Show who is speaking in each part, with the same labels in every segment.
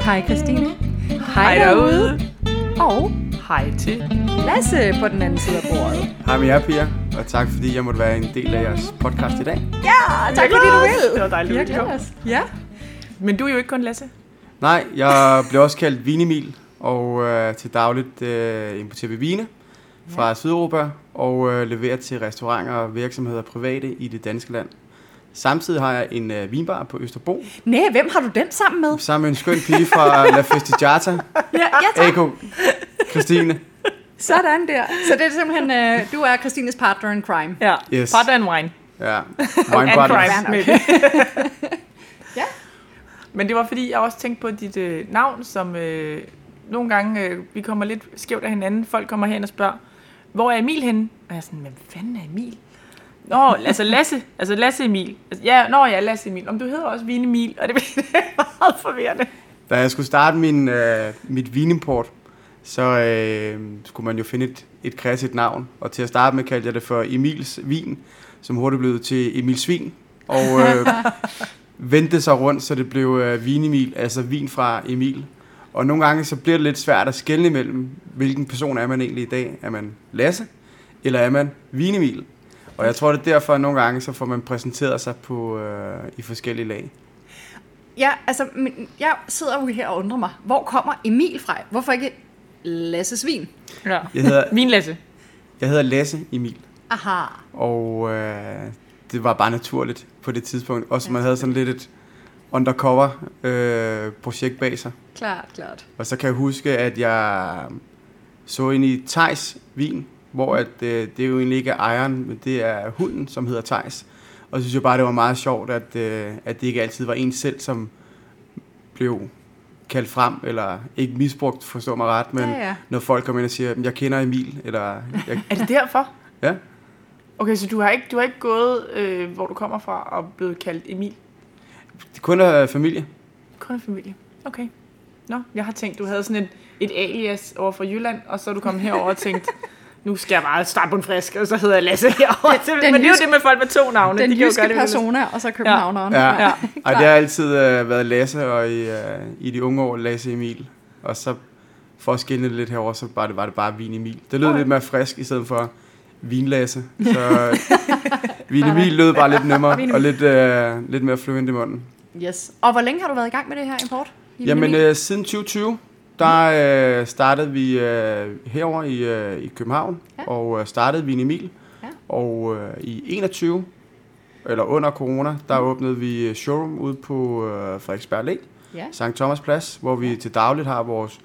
Speaker 1: Hej Christine.
Speaker 2: Hej derude.
Speaker 1: Og
Speaker 2: Hej til.
Speaker 1: Lasse på den anden side af bordet.
Speaker 3: Hej med jer, piger, og tak fordi jeg måtte være en del af jeres podcast i dag.
Speaker 1: Ja, tak fordi du vil.
Speaker 2: Det var dejligt,
Speaker 1: Vi har
Speaker 2: at du kom.
Speaker 1: glædet os. Ja.
Speaker 2: Men du er jo ikke kun Lasse.
Speaker 3: Nej, jeg blev også kaldt Vinemil, og øh, til dagligt øh, importerer vi vine fra Sydeuropa og øh, leverer til restauranter, virksomheder og private i det danske land. Samtidig har jeg en øh, vinbar på Østerbro,
Speaker 1: Næh, hvem har du den sammen med?
Speaker 3: sammen med en skøn pige fra La Festigiata,
Speaker 1: Ja, ja tak.
Speaker 3: A.K. Christine.
Speaker 1: Sådan der. Så det er simpelthen, øh, du er Christines partner in crime.
Speaker 2: Ja.
Speaker 3: Yes.
Speaker 2: Potter and wine.
Speaker 3: Ja,
Speaker 2: And
Speaker 3: Wine Brothers.
Speaker 2: crime,
Speaker 1: nok.
Speaker 2: maybe.
Speaker 1: Ja.
Speaker 2: Men det var fordi, jeg også tænkte på dit øh, navn, som øh, nogle gange, øh, vi kommer lidt skævt af hinanden. Folk kommer hen og spørger, hvor er Emil henne? Og jeg er sådan, hvem fanden er Emil? Nå, altså Lasse, altså Lasse Emil. Altså, ja, nå ja, Lasse Emil. Om du hedder også Vine Emil, og det bliver meget forvirrende.
Speaker 3: Da jeg skulle starte min, øh, mit vinimport, så øh, skulle man jo finde et, et kreativt navn. Og til at starte med kaldte jeg det for Emils Vin, som hurtigt blev til Emil Svin. Og øh, vendte sig rundt, så det blev øh, Vin Emil, altså vin fra Emil. Og nogle gange så bliver det lidt svært at skelne imellem, hvilken person er man egentlig i dag. Er man Lasse, eller er man Vin Emil? Og jeg tror, det er derfor, at nogle gange så får man præsenteret sig på, øh, i forskellige lag.
Speaker 1: Ja, altså, men jeg sidder jo her og undrer mig, hvor kommer Emil fra? Hvorfor ikke Lasse Svin?
Speaker 2: Ja.
Speaker 3: Jeg hedder,
Speaker 2: Min Lasse.
Speaker 3: jeg hedder Lasse Emil.
Speaker 1: Aha.
Speaker 3: Og øh, det var bare naturligt på det tidspunkt. Også man havde sådan lidt et undercover øh, projekt bag sig.
Speaker 1: Klart, klart.
Speaker 3: Og så kan jeg huske, at jeg øh, så ind i Tejs vin, hvor at, øh, det jo egentlig ikke er ejeren, men det er hunden, som hedder Tejs. Og så synes jeg bare, det var meget sjovt, at, øh, at det ikke altid var en selv, som blev kaldt frem, eller ikke misbrugt, forstår mig ret, men
Speaker 1: Ja, ja.
Speaker 3: når folk kommer ind og siger, jeg kender Emil, eller jeg,
Speaker 2: Er det derfor?
Speaker 3: ja,
Speaker 2: Okay, så du har ikke, du har ikke gået, øh, hvor du kommer fra, og blevet kaldt Emil?
Speaker 3: det kun er familie.
Speaker 2: Kun en familie. Okay. Nå, jeg har tænkt, du havde sådan et, et alias over fra Jylland, og så er du kommet herover og tænkt, nu skal jeg bare starte på en frisk, og så hedder jeg Lasse herovre. Den,
Speaker 1: den
Speaker 2: Men det er jo
Speaker 1: jyske-
Speaker 2: det med folk med to navne.
Speaker 1: Den
Speaker 2: de kan jo
Speaker 1: jyske
Speaker 2: gøre det, hvad de vil.
Speaker 1: persona, og så københavneren.
Speaker 3: Ja. Ja. Ej,
Speaker 1: Klart.
Speaker 3: det har altid øh, været Lasse, og i, øh, i de unge år Lasse Emil. Og så for at skille det lidt herover, så var det, var det bare Vin Emil. Det lød
Speaker 2: Okay.
Speaker 3: okay. lidt mere frisk, i stedet for Vin Lasse. Så øh, Vin Emil lød bare lidt nemmere, og lidt, øh, lidt mere fluent i munden.
Speaker 1: Yes. Og hvor længe har du været i gang med det her import? I
Speaker 3: Jamen,
Speaker 1: Vietnam?
Speaker 3: øh, siden 2020, der øh, startede vi øh, herover i, øh, i København,
Speaker 1: Ja.
Speaker 3: ja. og øh, startede Vin Emil.
Speaker 1: Ja.
Speaker 3: Ja. Og øh, i 21, eller under corona, der åbnede vi øh, showroom ude på øh, Frederiksberg Allé,
Speaker 1: Ja.
Speaker 3: St. Thomas Plads, hvor vi til dagligt har vores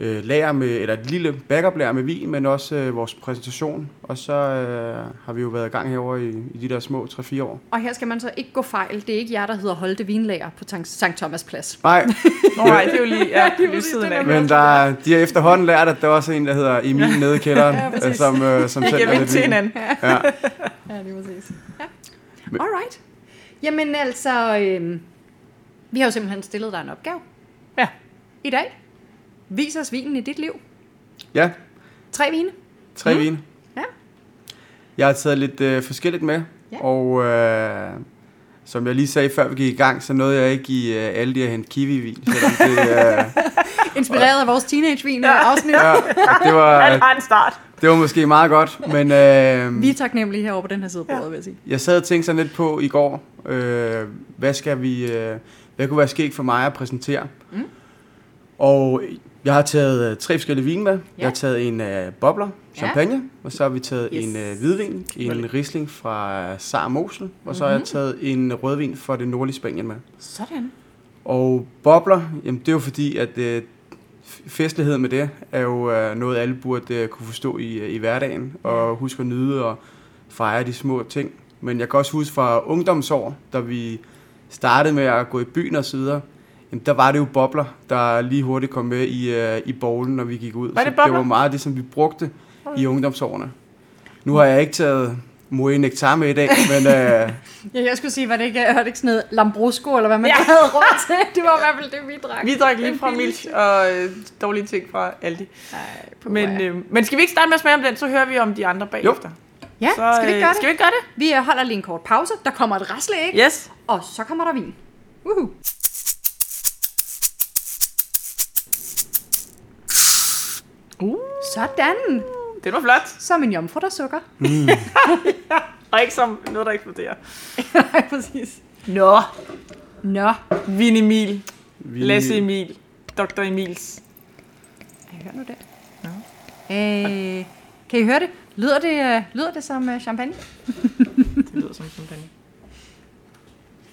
Speaker 3: øh, lager med, eller et lille backup lager med vin, men også øh, vores præsentation. Og så øh, har vi jo været i gang herover i, i de der små 3-4 år.
Speaker 1: Og her skal man så ikke gå fejl. Det er ikke jer, der hedder Holte Vinlager på Tank- Sankt Thomas Plads.
Speaker 3: Nej,
Speaker 2: Nå, nej, det er jo lige, ja, lige ved
Speaker 1: præcis,
Speaker 2: siden
Speaker 1: den
Speaker 2: af.
Speaker 1: er
Speaker 3: Men der, er- de har efterhånden lært, at der også er en, der hedder Emil nede i kælderen,
Speaker 1: Ja, præcis.
Speaker 3: ja, som, øh, som
Speaker 2: Jeg
Speaker 3: selv
Speaker 2: giver
Speaker 3: er
Speaker 2: ind
Speaker 3: lidt
Speaker 2: til
Speaker 3: vild.
Speaker 2: hinanden.
Speaker 3: Ja.
Speaker 1: Ja, det er præcis. Ja.
Speaker 3: Men-
Speaker 1: Alright. Jamen altså, øhm, vi har jo simpelthen stillet dig en opgave
Speaker 2: Ja.
Speaker 1: i dag. Vis os vinen i dit liv.
Speaker 3: ja,
Speaker 1: Tre vine.
Speaker 3: tre mm. vine.
Speaker 1: Ja.
Speaker 3: Jeg har taget lidt øh, forskelligt med,
Speaker 1: Ja.
Speaker 3: og øh, som jeg lige sagde, før vi gik i gang, så nåede jeg ikke i øh, Aldi at hente kiwi-vin, selvom det, øh,
Speaker 1: Inspireret af vores teenagevin ja. afsnit.
Speaker 3: ja, det,
Speaker 2: Han
Speaker 3: var,
Speaker 2: har en start.
Speaker 3: det var måske meget godt, men... Øh,
Speaker 1: Vi er taknemmelige herovre på den her side af bordet, vil jeg sige.
Speaker 3: Jeg sad og tænkte sådan lidt på i går, øh, hvad skal vi, øh, hvad kunne være skægt for mig at præsentere?
Speaker 1: Mm.
Speaker 3: Og jeg har taget øh, tre forskellige vine med.
Speaker 1: Ja.
Speaker 3: Jeg har taget en øh, bobler,
Speaker 1: Ja.
Speaker 3: champagne, og så har vi taget
Speaker 1: Yes.
Speaker 3: en øh, hvidvin, en risling fra Sar Mosel, og så har
Speaker 1: Mhm.
Speaker 3: jeg taget en rødvin fra det nordlige Spanien med.
Speaker 1: Sådan.
Speaker 3: Og bobler, jamen det er jo fordi, at øh, f- festlighed med det er jo øh, noget, alle burde øh, kunne forstå i, øh, i hverdagen, og huske at nyde og fejre de små ting. Men jeg kan også huske fra ungdomsår, da vi startede med at gå i byen og så videre, jamen der var det jo bobler, der lige hurtigt kom med i, øh, i bowlen, når vi gik ud.
Speaker 2: Var det
Speaker 3: så det
Speaker 2: bobler?
Speaker 3: var meget af det, som vi brugte i ungdomsårene. Nu har jeg ikke taget Moe Nektar med i dag, men øh,
Speaker 1: Ja, jeg skulle sige, var det ikke, var det ikke sådan noget Lambrusco, eller hvad man
Speaker 2: Ja.
Speaker 1: ja. havde råd til? Det var i hvert fald det, vi drak.
Speaker 2: Vi drak lige
Speaker 1: Den
Speaker 2: fra Milch
Speaker 1: billigste.
Speaker 2: og øh, dårlige ting fra Aldi.
Speaker 1: Ej, puha.
Speaker 2: Men, øh, men skal vi ikke starte med at smage om den, så hører vi om de andre bagefter.
Speaker 1: ja,
Speaker 2: Så,
Speaker 1: skal
Speaker 2: øh,
Speaker 1: vi ikke gøre det?
Speaker 2: Skal vi ikke gøre det?
Speaker 1: Vi øh, holder lige en kort pause. Der kommer et rasle, ikke?
Speaker 2: Yes.
Speaker 1: Og så kommer der vin. Uhu.
Speaker 2: Uh.
Speaker 1: Sådan.
Speaker 2: Det var flot.
Speaker 1: Som en jomfru, der sukker.
Speaker 2: Og ikke som noget, der eksploderer.
Speaker 1: Nej, præcis.
Speaker 2: Nå,
Speaker 1: Nå.
Speaker 2: Vin Emil,
Speaker 3: Vi,
Speaker 2: Lasse Emil, Dr. Emils.
Speaker 1: Har I hørt nu det? Øh, kan I høre det? Lyder det, øh, lyder det som øh, champagne?
Speaker 2: Det lyder som champagne.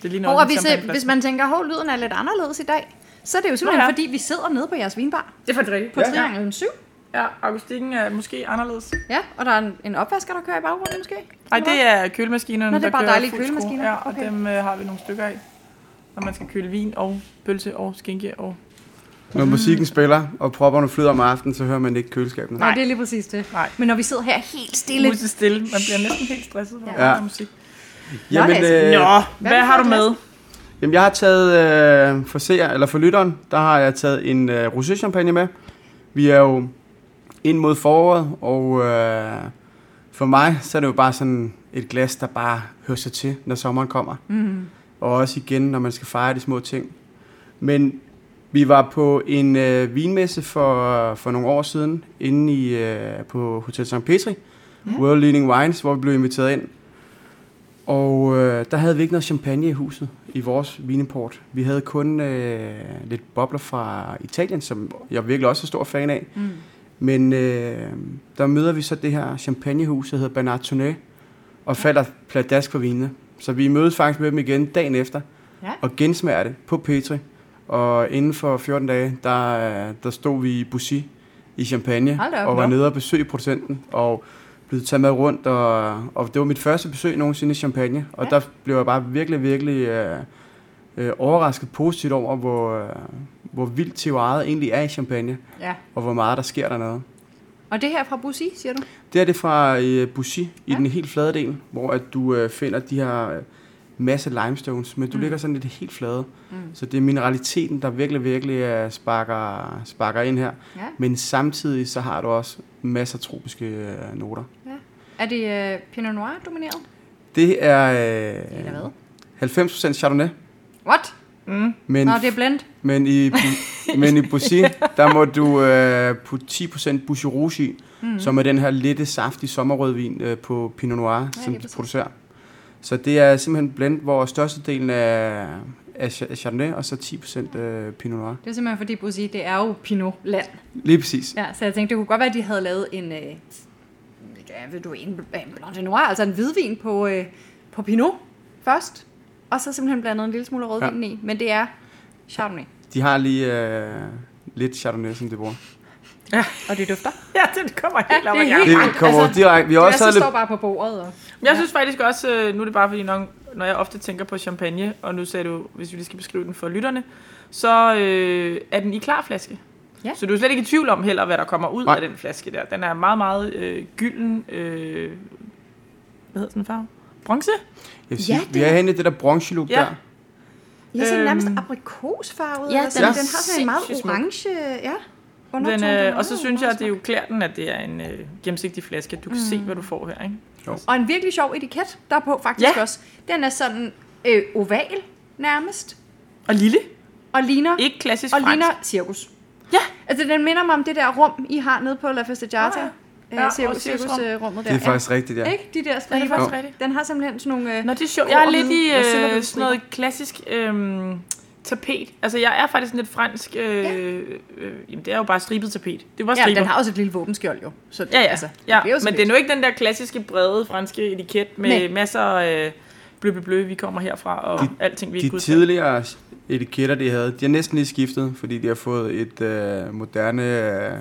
Speaker 2: Det ligner
Speaker 1: Og
Speaker 2: også en
Speaker 1: hvis, øh,
Speaker 2: champagneflaske.
Speaker 1: hvis man tænker, at lyden er lidt anderledes i dag, så er det jo simpelthen,
Speaker 2: Nå ja.
Speaker 1: fordi vi sidder nede på jeres vinbar
Speaker 2: Det er faktisk rigtigt.
Speaker 1: på ja, Trianglen 7.
Speaker 2: Ja, akustikken er måske anderledes.
Speaker 1: Ja, og der er en, en opvasker, der kører i baggrunden måske?
Speaker 2: Nej, det er kølemaskinerne,
Speaker 1: Nå, det er
Speaker 2: der
Speaker 1: bare
Speaker 2: kører
Speaker 1: dejlige
Speaker 2: fuld skrue.
Speaker 1: kølemaskiner.
Speaker 2: Ja, og
Speaker 1: Okay.
Speaker 2: dem øh, har vi nogle stykker af, når man skal køle vin og pølse og skinke. Og...
Speaker 3: Når musikken spiller, og propperne flyder om aftenen, så hører man ikke køleskabene.
Speaker 1: Nej, det er lige præcis det.
Speaker 2: Nej.
Speaker 1: Men når vi sidder her helt stille...
Speaker 2: Lidt stille. Man bliver næsten helt stresset for
Speaker 1: Ja.
Speaker 2: ja. musik.
Speaker 3: Jamen,
Speaker 1: Lasse.
Speaker 3: øh,
Speaker 2: Nå,
Speaker 1: Hvad
Speaker 2: hvad,
Speaker 1: er det
Speaker 2: har
Speaker 1: for
Speaker 2: du
Speaker 1: et
Speaker 2: med?
Speaker 3: jamen, jeg har taget øh, for seer, eller for lytteren, der har jeg taget en øh, rosé champagne med. Vi er jo ind mod foråret, og øh, for mig, så er det jo bare sådan et glas, der bare hører sig til, når sommeren kommer.
Speaker 1: Mm.
Speaker 3: og også igen, når man skal fejre de små ting. Men vi var på en øh, vinmesse for, for nogle år siden, inde i, øh, på Hotel St. Petri,
Speaker 1: Ja.
Speaker 3: mm. World Leading Wines, hvor vi blev inviteret ind. Og øh, der havde vi ikke noget champagne i huset, i vores vinimport. Vi havde kun øh, lidt bobler fra Italien, som jeg virkelig også er stor fan af.
Speaker 1: Mm.
Speaker 3: Men øh, der møder vi så det her champagnehus, der hedder Bernard Tournay, og falder pladask for vinene. Så vi mødes faktisk med dem igen dagen efter,
Speaker 1: Ja.
Speaker 3: og gensmager det på Petri. Og inden for 14 dage, der, øh, der stod vi i Bussy i Champagne,
Speaker 1: Hold da op,
Speaker 3: og var
Speaker 1: nå.
Speaker 3: nede og besøge producenten, og blev taget med rundt, og, og det var mit første besøg nogensinde i Champagne, og
Speaker 1: Ja.
Speaker 3: der blev jeg bare virkelig, virkelig øh, øh, overrasket positivt over, hvor, øh, hvor vildt teoaret egentlig er i Champagne,
Speaker 1: Ja.
Speaker 3: og hvor meget der sker dernede.
Speaker 1: Og det her er fra Bussy, siger du?
Speaker 3: Det er det fra øh, Bussy i
Speaker 1: Ja.
Speaker 3: den helt flade del, hvor at du øh, finder de her øh, masse limestones, men du
Speaker 1: Mm.
Speaker 3: mm. ligger sådan lidt helt flade.
Speaker 1: Mm.
Speaker 3: Mm. Så det er mineraliteten, der virkelig, virkelig øh, sparker, sparker ind her.
Speaker 1: Ja.
Speaker 3: Men samtidig så har du også masser af tropiske øh, noter.
Speaker 1: Er det øh, Pinot Noir domineret?
Speaker 3: Det er
Speaker 1: Eller hvad?
Speaker 3: øh, 90% Chardonnay,
Speaker 1: What?
Speaker 2: Mm.
Speaker 3: men,
Speaker 1: Nå, det er blend.
Speaker 3: men i, Bu- men i Bussy, der må du øh, putte 10% Boucher Rouge i,
Speaker 1: Mm.
Speaker 3: som er den her lette, saftige sommerrødvin øh, på Pinot Noir, ja, som
Speaker 1: lige
Speaker 3: de
Speaker 1: præcis.
Speaker 3: producerer. Så det er simpelthen blend, hvor størstedelen er, er Cha- Chardonnay, og så 10% øh, Pinot Noir.
Speaker 1: Det er simpelthen fordi Bussy, det er jo Pinot-land.
Speaker 3: Lige præcis.
Speaker 1: Ja, så jeg tænkte, det kunne godt være, at de havde lavet en, øh, ja, ved du, en, en blonde noir, altså en hvidvin på, øh, på Pinot først, og så simpelthen blandet en lille smule rødvin ja. i. Men det er Chardonnay,
Speaker 3: De har lige øh, lidt Chardonnay, som de bruger.
Speaker 1: og det dufter.
Speaker 2: Ja, det kommer helt op. ad
Speaker 1: det er
Speaker 2: hjernen.
Speaker 1: helt-
Speaker 3: Det kommer
Speaker 1: altså,
Speaker 3: altså, direkte. Vi har også
Speaker 1: det er,
Speaker 3: taget
Speaker 1: så
Speaker 3: lidt...
Speaker 1: står bare på bordet. Og...
Speaker 2: Men Jeg synes faktisk også, øh, nu er det bare fordi, når, når jeg ofte tænker på champagne, og nu sagde du, hvis vi lige skal beskrive den for lytterne, så øh, er den i klar flaske.
Speaker 1: Ja.
Speaker 2: Så du er slet ikke i tvivl om heller, hvad der kommer ud
Speaker 3: Nej.
Speaker 2: af den flaske der. Den er meget, meget øh, gylden. Øh, hvad hedder den farve? Bronze?
Speaker 3: Jeg vil
Speaker 1: Ja,
Speaker 3: sige,
Speaker 1: det
Speaker 3: vi har hentet det der bronche look
Speaker 2: Ja.
Speaker 3: der.
Speaker 1: Jeg ser den nærmest
Speaker 2: Øhm,
Speaker 1: aprikosfarvet.
Speaker 2: ja,
Speaker 1: eller sådan.
Speaker 2: den er
Speaker 1: den har sådan en meget
Speaker 2: sindssygt smuk.
Speaker 1: orange... Ja, undertone,
Speaker 2: Den,
Speaker 1: er
Speaker 2: øh, og
Speaker 1: meget-
Speaker 2: så synes jeg,
Speaker 1: meget
Speaker 2: at det jo klæder den, at det er en øh, gennemsigtig flaske. Du kan mm. se, hvad du får her, ikke?
Speaker 1: smuk. Og en virkelig sjov etiket, der er på faktisk
Speaker 2: Ja.
Speaker 1: også. Den er sådan øh, oval nærmest,
Speaker 2: Og lille.
Speaker 1: og ligner
Speaker 2: Ikke klassisk
Speaker 1: Og
Speaker 2: fransk.
Speaker 1: ligner cirkus.
Speaker 2: Ja.
Speaker 1: Altså, den minder mig om det der rum, I har nede på La Festejata.
Speaker 2: Nå,
Speaker 1: Ja,
Speaker 2: ja.
Speaker 1: ja.
Speaker 2: Ja,
Speaker 1: ja
Speaker 2: og
Speaker 1: cirkus,
Speaker 2: cirkusrum.
Speaker 1: cirkusrummet der.
Speaker 3: Det er faktisk rigtigt,
Speaker 1: ja.
Speaker 3: ja.
Speaker 1: Ikke? De der
Speaker 2: Ja, det er
Speaker 1: striber.
Speaker 2: faktisk
Speaker 3: Jo.
Speaker 2: rigtigt.
Speaker 1: Den har simpelthen sådan nogle... Øh,
Speaker 2: Nå, det er sjovt. Jeg er lidt i
Speaker 1: Jeg sælger
Speaker 2: øh,
Speaker 1: det,
Speaker 2: sådan noget klassisk øh, tapet. Altså, jeg er faktisk sådan lidt fransk... Øh,
Speaker 1: Ja.
Speaker 2: øh, jamen, det er jo bare stribet tapet. Det var
Speaker 1: ja,
Speaker 2: striber.
Speaker 1: den har også et lille våbenskjold, jo. Så,
Speaker 2: Ja, ja. Altså,
Speaker 1: Altså,
Speaker 2: ja.
Speaker 1: bliver jo så
Speaker 2: men det er nu ikke den der klassiske brede franske etiket med
Speaker 1: Nej.
Speaker 2: masser af øh, blø, blø, blø, vi kommer herfra, og
Speaker 3: De-
Speaker 2: alting, vi ikke
Speaker 3: De
Speaker 2: kunne
Speaker 3: tidligere etiketter, de havde, de har næsten lige skiftet, fordi de har fået et øh, moderne øh,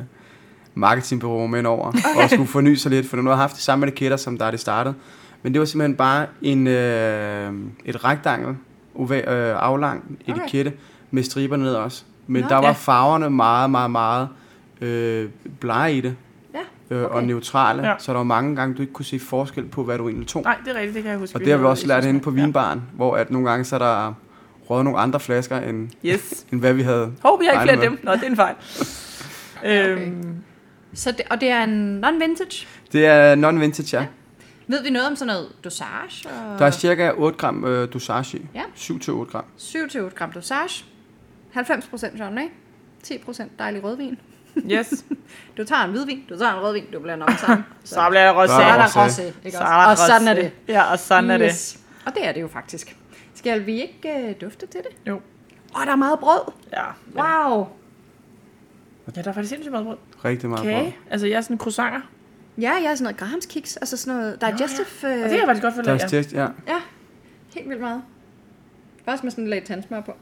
Speaker 3: marketingbureau med ind over, og skulle forny sig lidt, for nu har haft de samme etiketter, som da det startede. Men det var simpelthen bare en, øh, et rektangel, ova, øh, aflang
Speaker 1: Okay.
Speaker 3: etikette, med striber ned også. Men
Speaker 1: Nå.
Speaker 3: der var
Speaker 2: Ja.
Speaker 3: farverne meget, meget, meget øh, blege i det, øh, og
Speaker 1: Okay.
Speaker 3: neutrale,
Speaker 2: Ja.
Speaker 3: så der var mange gange, du ikke kunne se forskel på, hvad du egentlig tog.
Speaker 2: Nej, det er rigtigt, det kan jeg huske.
Speaker 3: Og det har vi
Speaker 2: lavede
Speaker 3: også lært
Speaker 2: i
Speaker 3: inde på
Speaker 2: Tyskland.
Speaker 3: vinbaren, ja. hvor at nogle gange så er der røget nogle andre flasker, end,
Speaker 2: Ja. Yes.
Speaker 3: end hvad vi havde.
Speaker 2: Hov, vi har ikke
Speaker 3: Regner
Speaker 2: flere af dem. Nå, det er en fejl.
Speaker 1: okay.
Speaker 2: Øhm,
Speaker 1: Så det, og det er en non-vintage.
Speaker 3: Det er non-vintage, ja.
Speaker 1: Ved vi noget om sådan noget dosage? Og
Speaker 3: Der er cirka 8 gram øh, dosage i.
Speaker 1: Ja.
Speaker 3: 7-8 gram.
Speaker 1: 7-8 gram dosage. 90% Chardonnay. 10% dejlig rødvin.
Speaker 2: Yes.
Speaker 1: Du tager en hvidvin, du tager en rødvin, du blander dem sammen. Så
Speaker 2: Så bliver der rosé.
Speaker 1: så er der
Speaker 3: Rosé.
Speaker 1: rosé, ikke
Speaker 2: Så er der
Speaker 1: også? Og sådan er
Speaker 2: rosé.
Speaker 1: det.
Speaker 2: Ja, og sådan er det.
Speaker 1: Yes. Og det er det jo faktisk. Skal vi ikke øh, dufte til det?
Speaker 2: Jo.
Speaker 1: Åh, der er meget brød.
Speaker 2: Ja.
Speaker 1: Wow.
Speaker 2: Ja, der er faktisk sindssygt meget brød.
Speaker 3: Rigtig meget brød.
Speaker 2: Kage. Altså, jeg er sådan croissanter.
Speaker 1: Ja, jeg er sådan noget grahamskiks, altså sådan noget digestive. ja.
Speaker 2: Og det kan jeg faktisk godt
Speaker 3: Øh, Der
Speaker 2: forlade.
Speaker 3: er test, ja.
Speaker 1: ja, øh, helt vildt meget. Også med sådan lidt tandsmør på.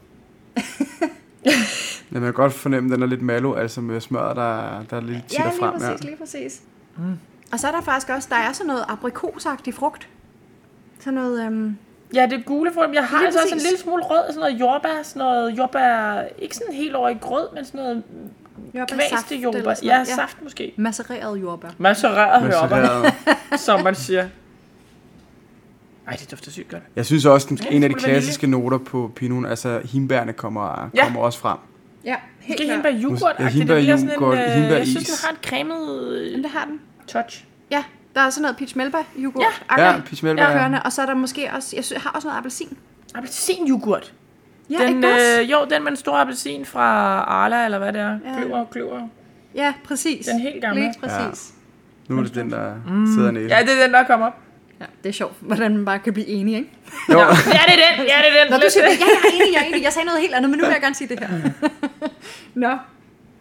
Speaker 3: Ja, man kan godt fornemme, at den er lidt malo, altså med smør, der, der er lidt
Speaker 1: Ja,
Speaker 3: titter
Speaker 1: lige
Speaker 3: frem.
Speaker 1: præcis, lige præcis. Mm. Og så er der faktisk også, der er sådan noget aprikosagtig frugt. Sådan noget, øhm,
Speaker 2: Ja, det er gule form. Jeg har
Speaker 1: Lige
Speaker 2: altså også en
Speaker 1: præcis.
Speaker 2: lille smule rød, sådan noget jordbær, sådan noget jordbær, ikke sådan helt over i grød, men sådan noget kvæste jordbær. Ja, ja, saft måske.
Speaker 1: Massereret jordbær.
Speaker 2: Massereret hører
Speaker 3: Massereret.
Speaker 2: som man siger. Ej, det dufter sygt godt.
Speaker 3: Jeg synes også, den,
Speaker 2: Ja,
Speaker 3: en af de
Speaker 2: skulle være
Speaker 3: klassiske noter på Pinot, altså himbærne kommer,
Speaker 2: Ja.
Speaker 3: kommer også frem.
Speaker 1: Ja, helt
Speaker 2: Måske
Speaker 1: klart.
Speaker 2: hindbær yoghurt.
Speaker 3: Ja,
Speaker 2: Ja, hindbær
Speaker 3: hindbær
Speaker 2: det bliver sådan
Speaker 3: yoghurt,
Speaker 2: en, øh,
Speaker 3: hindbær
Speaker 2: jeg synes,
Speaker 3: is.
Speaker 2: den har en cremet øh,
Speaker 1: Men det har den.
Speaker 2: touch.
Speaker 1: Ja, der er sådan noget peach melba yoghurt.
Speaker 3: Okay. Ja, peach melba, ja.
Speaker 1: kørende, og så er der måske også, jeg sy- har også noget appelsin.
Speaker 2: Appelsin yoghurt.
Speaker 1: Ja,
Speaker 2: den,
Speaker 1: ikke også?
Speaker 2: øh, jo, den med den store appelsin fra Arla, eller hvad det er.
Speaker 1: Ja.
Speaker 2: Ja. Kløver, kløver.
Speaker 1: Ja, præcis.
Speaker 2: Den helt gamle.
Speaker 1: Lige præcis.
Speaker 3: Nu er det den, der sidder nede.
Speaker 2: Ja, det er den, der kommer op.
Speaker 1: Ja. ja, det er sjovt, hvordan man bare kan blive enig, ikke?
Speaker 3: Jo,
Speaker 2: Ja, det er den, ja, det er den.
Speaker 1: Nå, du siger, ja, jeg er enig, jeg er enig. Jeg sagde noget helt andet, men nu vil jeg gerne sige det her. Nå,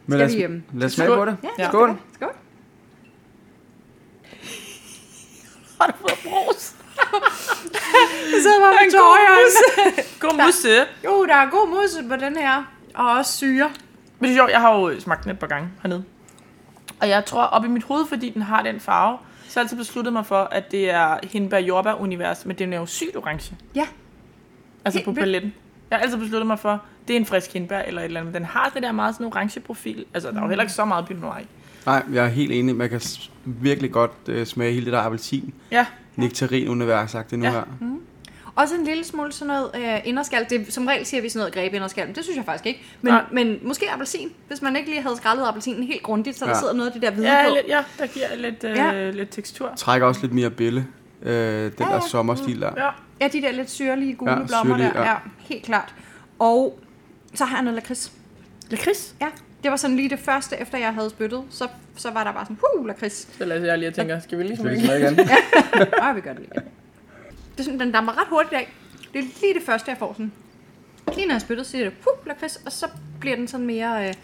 Speaker 3: men lad
Speaker 1: vi hjem?
Speaker 3: os, lad os smage
Speaker 2: Skål.
Speaker 3: på det.
Speaker 1: ja,
Speaker 3: Skål.
Speaker 1: skål.
Speaker 2: Har du fået brus?
Speaker 1: Jeg sidder bare med
Speaker 2: En
Speaker 1: tårer i
Speaker 2: god
Speaker 1: øjnene.
Speaker 2: God musse.
Speaker 1: Jo, der er god modset på den her. Og også syre.
Speaker 2: Men det er sjovt, jeg har jo smagt den et par gange hernede. Og jeg tror op i mit hoved, fordi den har den farve, så har jeg altid besluttet mig for, at det er hindbær jordbær univers men den er jo sygt orange.
Speaker 1: Ja,
Speaker 2: Altså
Speaker 1: Helt
Speaker 2: på
Speaker 1: vildt.
Speaker 2: paletten. Jeg har altid besluttet mig for, det er en frisk hindbær eller et eller andet. Men den har den der meget sådan orange profil. Altså, der er jo heller ikke så meget Pinot Noir i.
Speaker 3: Nej, jeg er helt enig. Man kan s- virkelig godt øh, smage hele det der appelsin.
Speaker 2: Ja,
Speaker 3: Nektarin-univers, sagt det nu
Speaker 2: Ja.
Speaker 3: her.
Speaker 1: Også en lille smule sådan noget øh, inderskal. Det, som regel siger vi sådan noget grebinderskal, men det synes jeg faktisk ikke. Men,
Speaker 2: Nej.
Speaker 1: men måske appelsin, hvis man ikke lige havde skrællet appelsinen helt grundigt, så der
Speaker 3: Ja.
Speaker 1: sidder noget af det der hvide
Speaker 2: ja,
Speaker 1: på.
Speaker 2: lidt, ja der giver lidt, øh,
Speaker 1: Ja.
Speaker 2: ja. lidt tekstur.
Speaker 3: Trækker også lidt mere bille. Øh, den
Speaker 1: Ja,
Speaker 3: der
Speaker 1: ja.
Speaker 3: sommerstil der.
Speaker 2: Ja.
Speaker 1: Ja, de der lidt syrlige gule ja,
Speaker 3: Ja,
Speaker 1: blommer
Speaker 3: syrlige,
Speaker 1: der. Ja.
Speaker 3: ja.
Speaker 1: ja, helt klart. Og så har jeg noget lakrids.
Speaker 2: Lakrids?
Speaker 1: Ja, det var sådan lige det første, efter jeg havde spyttet, så, så var der bare sådan, huh, lakrids.
Speaker 2: Så lader jeg lige og tænker, skal vi lige
Speaker 3: Skal vi
Speaker 2: smage?
Speaker 3: smage igen?
Speaker 1: Åh, vi gør det lige. igen. Det er sådan, den damper ret hurtigt af. Det er lige det første, jeg får sådan. Lige når jeg spytter, så siger det, huh, lakrids, og så bliver den sådan mere øh,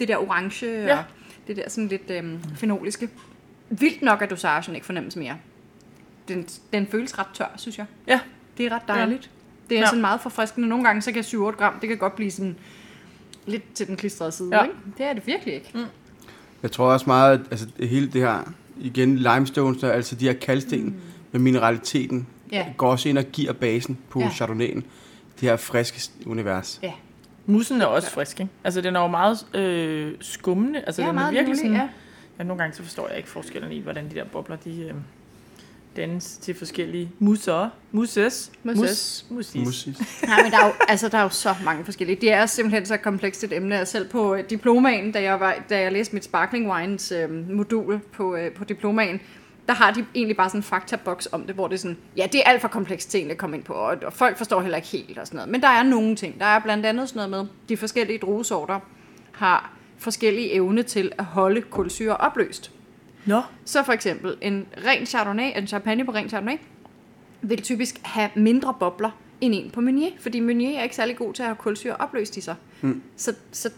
Speaker 1: det der orange ja.
Speaker 2: Ja.
Speaker 1: og det der sådan lidt øh, fenoliske. Vildt nok, at dosagen ikke fornemmes mere. Den, den føles ret tør, synes jeg.
Speaker 2: Ja.
Speaker 1: Det er ret dejligt. Ja. Det er ja.
Speaker 2: Ja.
Speaker 1: sådan meget forfriskende. Nogle gange, så kan 7-8 gram, det kan godt blive sådan lidt til den klistrede side, ja.
Speaker 2: Ja.
Speaker 1: ikke? Det er det virkelig ikke. Mm.
Speaker 3: Jeg tror også meget, at altså, det hele det her, igen limestones, der, altså de her kalksten mm. med mineraliteten,
Speaker 1: Ja.
Speaker 3: går også ind og giver basen på
Speaker 1: Ja.
Speaker 3: ja. Chardonnayen. Det her friske s- univers.
Speaker 1: Ja.
Speaker 2: Mussen er også frisk, ikke? Altså, den er jo meget øh, skummende. Altså,
Speaker 1: Ja,
Speaker 2: den er
Speaker 1: meget
Speaker 2: virkelig
Speaker 1: livlig,
Speaker 2: sådan,
Speaker 1: ja.
Speaker 2: ja, nogle gange så forstår jeg ikke forskellen i, hvordan de der bobler, de øh, dannes til forskellige musser. Muses.
Speaker 1: Musses.
Speaker 2: Musis. Mus.
Speaker 3: Musik.
Speaker 1: Nej, men der er, jo, altså, der er jo så mange forskellige. Det er simpelthen så komplekst et emne. at Selv på øh, diplomaen, da jeg, var, da jeg læste mit Sparkling Wines øh, modul på, øh, på diplomaen, der har de egentlig bare sådan en faktaboks om det, hvor det er sådan, ja, det er alt for komplekst ting at komme ind på, og, og folk forstår heller ikke helt og sådan noget. Men der er nogle ting. Der er blandt andet sådan noget med, de forskellige druesorter har forskellige evne til at holde kulsyre opløst.
Speaker 2: Nå.
Speaker 1: Så for eksempel en ren chardonnay, en champagne på ren chardonnay, vil typisk have mindre bobler end en på Meunier, fordi Meunier er ikke særlig god til at have kulsyre opløst i sig. Mm. Så, så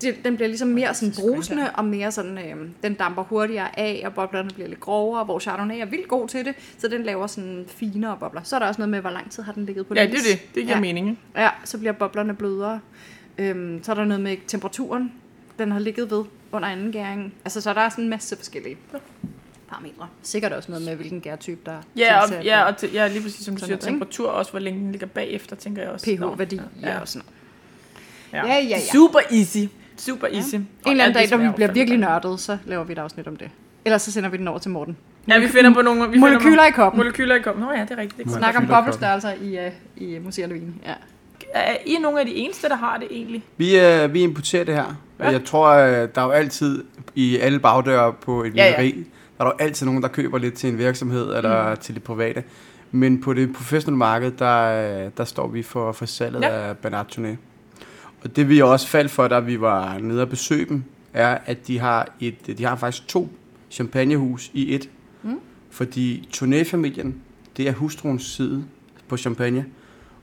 Speaker 1: det, den bliver ligesom mere sådan brusende, og mere sådan, øh, den damper hurtigere af, og boblerne bliver lidt grovere, hvor Chardonnay er vildt god til det, så den laver sådan finere bobler. Så er der også noget med, hvor lang tid har den ligget på
Speaker 2: Ja,
Speaker 1: is.
Speaker 2: det er det. Det giver
Speaker 1: ja.
Speaker 2: ja. mening. ikke?
Speaker 1: Ja, så bliver boblerne blødere. Øhm, så er der noget med temperaturen, den har ligget ved under anden gæring. Altså, så der er sådan en masse forskellige parametre. Sikkert også noget med, hvilken gærtype der
Speaker 2: Ja,
Speaker 1: tilsat,
Speaker 2: og, ja, og til, ja, lige præcis som du
Speaker 1: Sådan
Speaker 2: siger,
Speaker 1: noget, ikke?
Speaker 2: temperatur også, hvor længe den ligger bagefter, tænker jeg også.
Speaker 1: pH-værdi
Speaker 2: Ja.
Speaker 1: og sådan noget.
Speaker 2: Ja.
Speaker 1: Ja, ja, ja.
Speaker 2: Super easy. Super easy. Ja.
Speaker 1: En eller anden dag, når vi bliver virkelig nørdede, så laver vi et afsnit om det. Ellers så sender vi den over til Morten.
Speaker 2: Ja, vi finder på nogle... Vi finder
Speaker 1: Molekyler i
Speaker 2: Nogle,
Speaker 1: koppen.
Speaker 2: molekyler i koppen. Nå ja, det er rigtigt. Det er godt.
Speaker 1: Snak om
Speaker 3: Molekyler i koppen.
Speaker 1: boblestørrelser i, uh, i museerne vin. Ja.
Speaker 2: Er I nogle af de eneste, der har det egentlig?
Speaker 3: Vi, øh, vi importerer det her. Ja. Jeg tror, øh, der er jo altid i alle bagdøre på et
Speaker 2: Ja, ja.
Speaker 3: vineri, ja, ja. der er jo altid nogen, der køber lidt til en virksomhed eller mm. til det private. Men på det professionelle marked, der, øh, der står vi for, for salget
Speaker 2: Ja.
Speaker 3: ja. af Bernard Tourné. Og det vi også faldt for, da vi var nede og besøge dem, er, at de har, et, de har faktisk to champagnehus i et.
Speaker 1: Mm.
Speaker 3: Fordi Tournée-familien, det er hustruens side på Champagne.